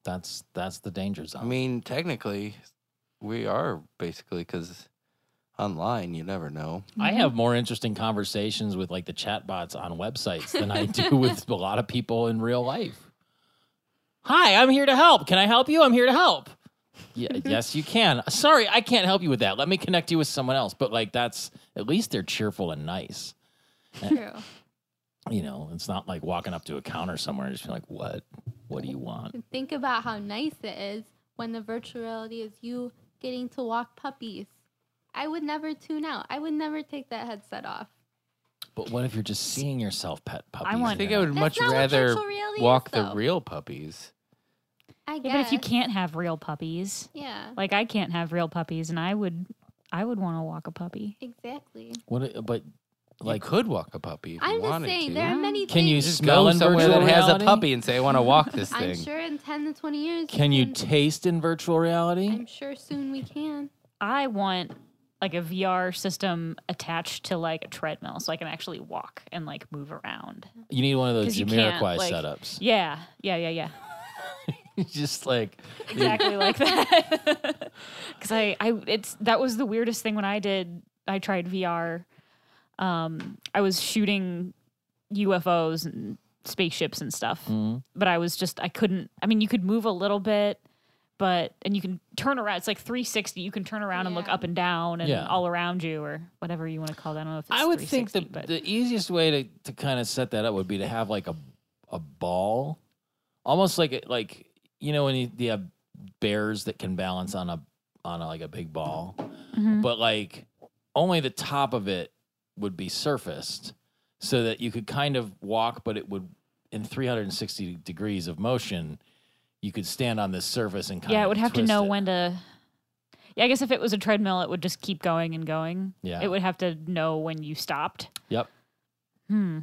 that's that's the danger zone I mean, technically, we are basically because online, you never know. i have more interesting conversations with like the chatbots on websites than i do with a lot of people in real life hi i'm here to help can i help you i'm here to help yeah, yes you can sorry i can't help you with that let me connect you with someone else but like that's at least they're cheerful and nice True. you know, it's not like walking up to a counter somewhere and just being like, "What? What do you want?" And Think about how nice it is when the virtual reality is you getting to walk puppies. I would never tune out. I would never take that headset off. But what if you're just seeing yourself pet puppies? I want- I and think I you're would That's much not what rather virtual reality is, walk the though. real puppies. I Yeah, guess. but if you can't have real puppies, Yeah, like I can't have real puppies, and I would, I would want to walk a puppy. exactly. not- what? But Like, like, could walk a puppy if you I'm just wanted saying to. there are Yeah. many can you things. smell Go in somewhere virtual that reality? has a puppy and say, "I want to walk this I'm thing." sure in 10 to 20 years. Can you taste in virtual reality? I'm sure soon we can. I want like a VR system attached to like a treadmill, so I can actually walk and like move around. you need one of those 'Cause you can't, Jamiroquai like- setups. Yeah, yeah, yeah, yeah. just like Exactly like that. Because I, I, it's that was the weirdest thing when I did. I tried VR. Um, I was shooting UFOs and spaceships and stuff. mm, but I was just I couldn't. I mean, you could move a little bit, but and you can turn around. It's like 360. You can turn around and look Yeah. up and down and Yeah. all around you or whatever you want to call that. I don't know if it's I would think the 360, but the easiest way to to kind of set that up would be to have like a a ball, almost like a, like you know when you, you have bears that can balance on a on a, like a big ball. Mhm. but like only the top of it would be surfaced so that you could kind of walk but it would in 360 degrees of motion you could stand on this surface and kind yeah, of it would have to twist know it. when to. Yeah, I guess if it was a treadmill, it would just keep going and going. yeah It would have to know when you stopped. yep Hmm.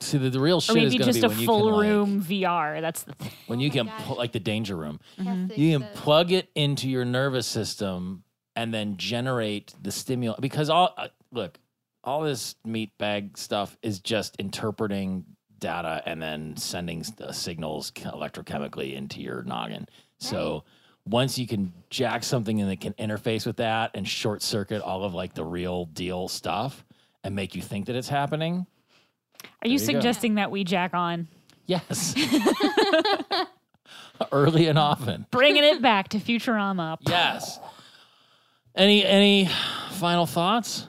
See, the, the real or shit is maybe going just to be a when you can, full like- room Oh VR. That's the thing. when you my can gosh. pl- like the danger room. Mm-hmm. Has to You can exist. plug it into your nervous system and then generate the stimulus because all uh, look, all this meatbag stuff is just interpreting data and then sending s- uh, signals ch- electrochemically into your noggin. So once you can jack something and it can interface with that and short circuit all of like the real deal stuff and make you think that it's happening. Are you There you go. suggesting that we jack on? Yes. Early and often. Bringing it back to Futurama. Yes. Any any final thoughts?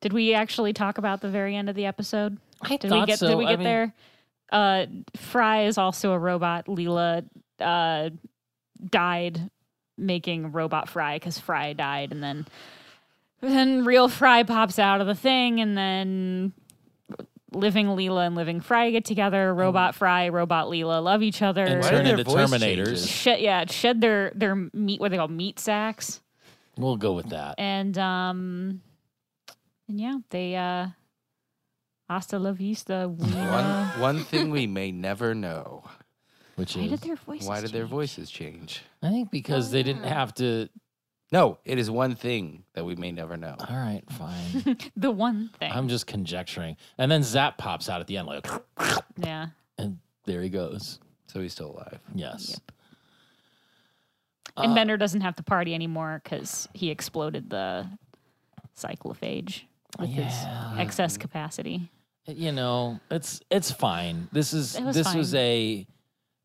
Did we actually talk about the very end of the episode? I Did we get did we I get mean, there? Uh Fry is also a robot. Leela uh died making robot Fry cuz Fry died and then then real Fry pops out of the thing and then living Leela and living Fry get together. Robot Fry, robot Leela love each other. Hmm. And Why turn did into their voice Terminators. changes? Shed, yeah, shed their their meat what they call meat sacks We'll go with that. and um and yeah, they uh hasta la vista. uh, One, Weena. one thing we may never know. Which Why is did their voices? Why did their change? voices change? I think because Oh, they didn't yeah. have to No, it is one thing that we may never know. All right, fine. The one thing. I'm just conjecturing. And then Zap pops out at the end like yeah. and there he goes. So he's still alive. Yes. And Uh, Bender doesn't have to party anymore because he exploded the cyclophage with Yeah. his excess capacity. you know, it's it's fine. This is It was this was fine. a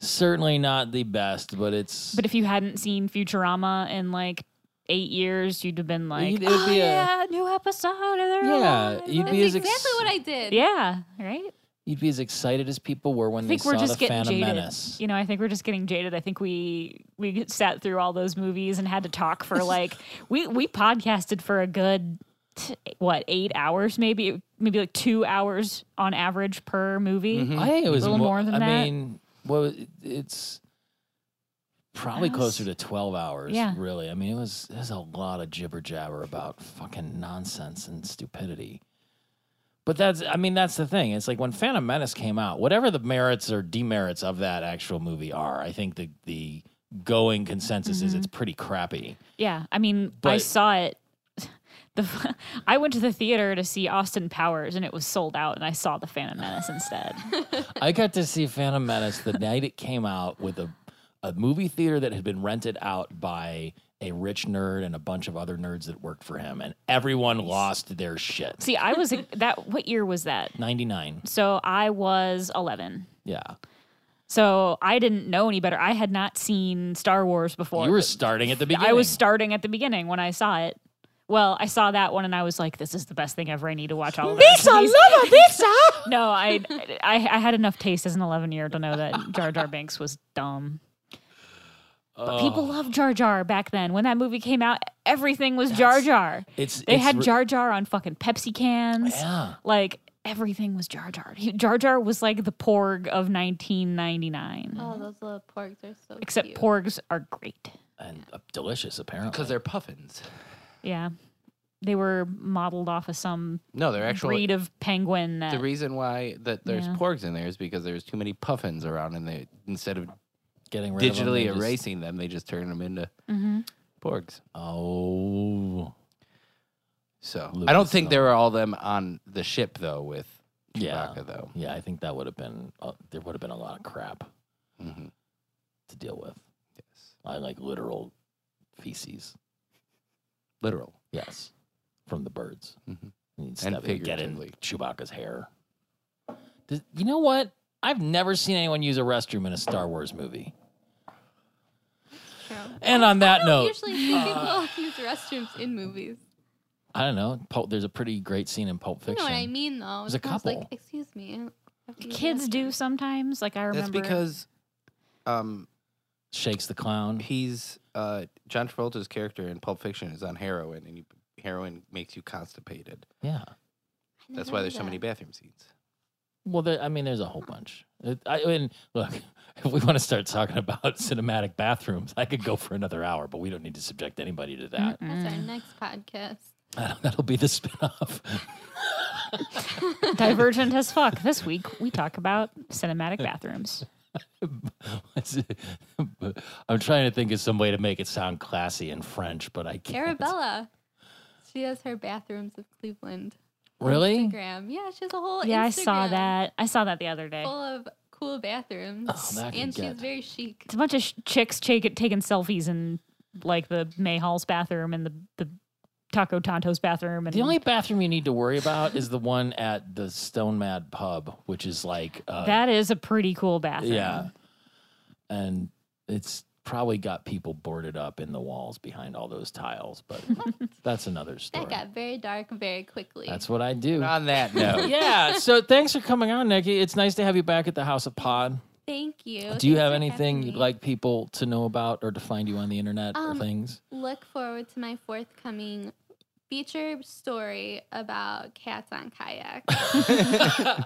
certainly not the best, but it's But if you hadn't seen Futurama in like eight years, you'd have been like, You'd- it would oh, be a- yeah, new episode. Of their Yeah, you'd That's be as exactly ex- what I did. yeah, right? you'd be as excited as people were when I they think saw we're just the getting Phantom jaded. Menace. You know, I think we're just getting jaded. I think we we sat through all those movies and had to talk for like we we podcasted for a good t- what eight hours maybe maybe like two hours on average per movie. I think it was Mm-hmm. little more than I that. mean, well, it- it's probably Hours? closer to twelve hours. Yeah. really. I mean, it was there's a lot of jibber jabber about fucking nonsense and stupidity. But that's, I mean, that's the thing. It's like when Phantom Menace came out, whatever the merits or demerits of that actual movie are, I think the the going consensus Mm-hmm. is it's pretty crappy. Yeah, I mean, I But- saw it. The I went to the theater to see Austin Powers and it was sold out, and I saw The Phantom Menace instead. I got to see Phantom Menace the night it came out with a a movie theater that had been rented out by a rich nerd and a bunch of other nerds that worked for him, and everyone lost their shit. See, I was that. What year was that? Ninety nine. So I was eleven. Yeah, So I didn't know any better. I had not seen Star Wars before. you were starting at the beginning. I was starting at the beginning when I saw it. Well, I saw that one and I was like, "This is the best thing ever. I need to watch all of this." no, I, I I had enough taste as an eleven year old to know that Jar Jar Binks was dumb. Uh, But people loved Jar Jar back then. When that movie came out, everything was Jar Jar. It's They it's had re- Jar Jar on fucking Pepsi cans. Yeah, Like everything was Jar Jar. He, Jar Jar was like the Porg of 1999. Oh, those little porgs are so Except cute. Porgs are great. and uh, delicious apparently. Because they're puffins. Yeah. They were modeled off of some No, they're actually. breed of penguin that The reason why that there's Yeah. porgs in there is because there's too many puffins around, and they instead of getting rid of them, digitally they just- erasing them, they just turn them into Mhm. porgs. Oh, So I Lucas don't think there were all them on the ship though with Yeah. Chewbacca though. yeah. I think that would have been uh, there would have been a lot of crap hmm to deal with. Yes, I like literal feces. literal. Yes, from the birds. Mhm. Mm-hmm. And, you'd step in and get in figuratively. Chewbacca's hair. Does- you know what? I've never seen anyone use a restroom in a Star Wars movie. True. And on I that don't note, Oh, uh, usually see people use restrooms in movies. I don't know. Pulp, there's a pretty great scene in Pulp You know Fiction. what I mean, though. There's a I was Like, couple. excuse me. I have to use kids the do restroom." sometimes. Like I remember. That's because um, Shakes the clown. he's uh, John Travolta's character in Pulp Fiction is on heroin, and you, heroin makes you constipated. Yeah. I That's never why knew there's so many that. bathroom scenes. Well, there, I mean, there's a whole bunch. It, I mean, look, if we want to start talking about cinematic bathrooms, I could go for another hour, but we don't need to subject anybody to that. Mm. That's our next podcast. I don't- That'll be the spinoff. Divergent as fuck. This week we talk about cinematic bathrooms. What's it- I'm trying to think of some way to make it sound classy in French, but I can't. Arabella. She has her bathrooms of Cleveland. on Really? Instagram. Yeah, she has a whole yeah, I saw Instagram that. I saw that the other day. full of cool bathrooms. Oh, that could and she's get- very chic. It's a bunch of sh- chicks take- taking selfies in like the May Hall's bathroom and the the Taco Tonto's bathroom. And The only bathroom you need to worry about is the one at the Stone Mad Pub, which is like uh, that is a pretty cool bathroom. Yeah. And it's probably got people boarded up in the walls behind all those tiles, but that's another story. That got very dark very quickly. That's what I do. On that note, yeah. So thanks for coming on, Nikki. It's nice to have you back at the House of Pod. Thank you. do you Thanks have for having anything you'd me. like people to know about or to find you on the internet or Um, things? Look forward to my forthcoming feature story about cats on kayak.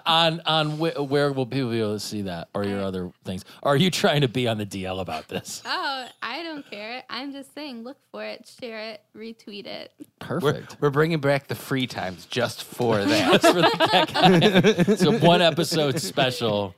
on on wh- where will people be able to see that or your other things? Are you trying to be on the DL about this? oh, I don't care. I'm just saying, look for it, share it, retweet it. we're, Perfect. we're bringing back the free times just for that. That's for the cat guy. It's a one episode special.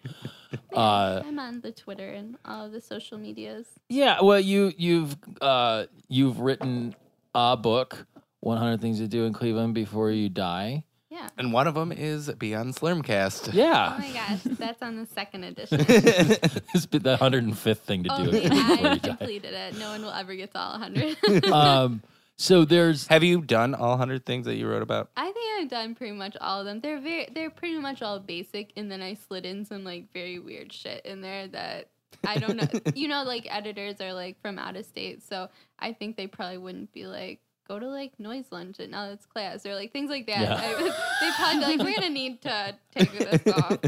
Uh, I'm on the Twitter and all the social medias. Yeah, well, you you've uh, you've written a book, 100 Things to Do in Cleveland Before You Die. Yeah. and one of them is Beyond Slurmcast. Oh Yeah, my gosh, that's on the second edition. it's been the 105th thing to do in Only Cleveland before I you die. completed it. No one will ever get to all 100. Um, so there's Have you done all 100 things that you wrote about? I think I've done pretty much all of them. They're very, they're pretty much all basic, and then I slid in some like very weird shit in there that I don't know. you know, like editors are like from out of state, so I think they probably wouldn't be like go to like noise lunch and now it's class or like things like that. Yeah. I, they probably be like we're gonna need to take this off.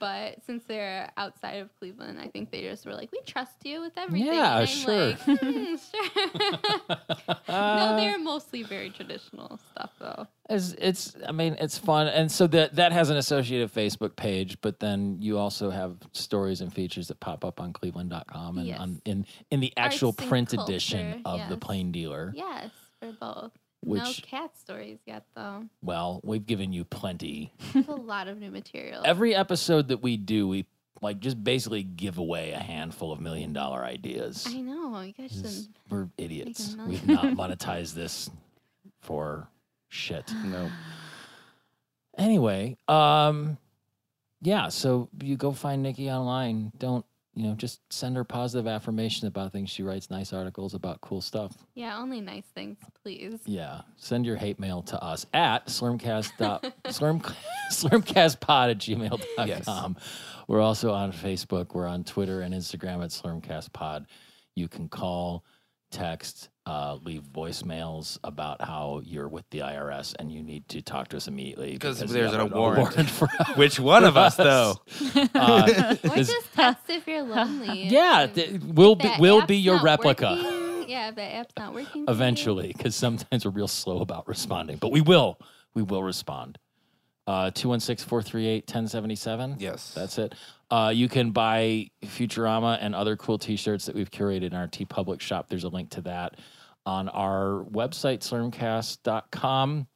But since they're outside of Cleveland, I think they just were like we trust you with everything. Yeah, And I'm sure. like, "Hmm, sure. no, they're mostly very traditional stuff though. it's, it's I mean it's fun, and so that that has an associated Facebook page, but then you also have stories and features that pop up on Cleveland.com and Yes. on, in in the actual Arts and print edition culture, of the yes. Plain Dealer. Yes, for both. no Which- cat stories yet, though. Well, we've given you plenty. There's a lot of new material. every episode that we do, we like just basically give away a handful of million dollar ideas. I know. You guys This- should. We're idiots. million. We've not monetized this for shit. No. Anyway, um, yeah. So you go find Nikki online. Don't you know? Just send her positive affirmation about things. She writes nice articles about cool stuff. Yeah, only nice things, please. Yeah. Send your hate mail to us at slurmcast. dot- slurm, slurmcastpod at gmail.com. We're also on Facebook. We're on Twitter and Instagram at slurmcastpod. You can call, text, uh, leave voicemails about how you're with the IRS and you need to talk to us immediately Because you there's have a warrant. for us. Which one of us, Us. though? Uh, Or Is- just text if you're lonely. yeah, If th- we'll be, that we'll app's be your not replica. working- yeah, if that app's not working. for you, eventually because sometimes we're real slow about responding but we will we will respond uh 216-438-1077 Yes. that's it uh you can buy futurama and other cool t-shirts that we've curated in our t public shop there's a link to that on our website slurmcast.com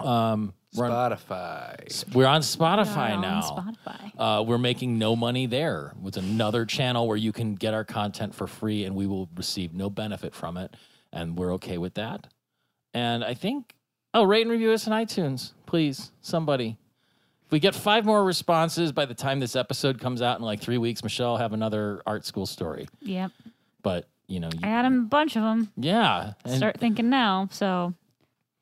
um we're on, Spotify. we're on spotify Not on now Spotify. uh, we're making no money there. It's another channel where you can get our content for free and we will receive no benefit from it. And we're okay with that. And I think, oh, rate and review us on iTunes, please. Somebody. If we get five more responses by the time this episode comes out in like three weeks, Michelle will have another art school story. Yep. But, you know, I you, got 'em a bunch of them. yeah. And- Start thinking now. So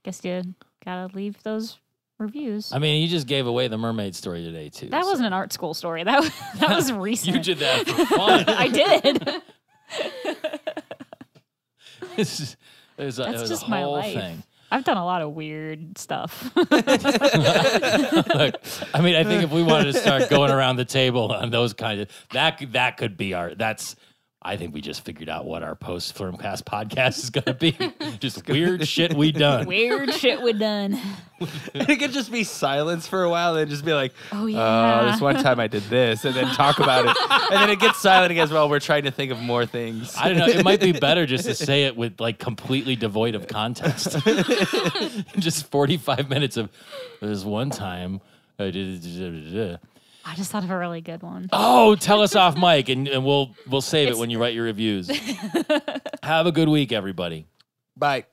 guess you gotta leave those reviews. I mean, you just gave away the mermaid story today, too. that so- wasn't an art school story. That was, that was recent. You did that for fun. I did. It's just- it was a, it That's was a just my whole life. thing. I've done a lot of weird stuff. Look, I mean, I think if we wanted to start going around the table on those kinds of that, could- that could be our. That's I think we just figured out what our post Firmcast podcast is going to be. just weird shit we done. Weird shit we done. it could just be silence for a while and just be like, Oh, "Uh, yeah." this one time I did this, and then talk about it. And then it gets silent again as well. We're trying to think of more things. I don't know. It might be better just to say it with like completely devoid of context. just 45 minutes of there's one time. I did- I just thought of a really good one. Oh, tell us off mic and, and we'll we'll save it It's- when you write your reviews. Have a good week, everybody. Bye.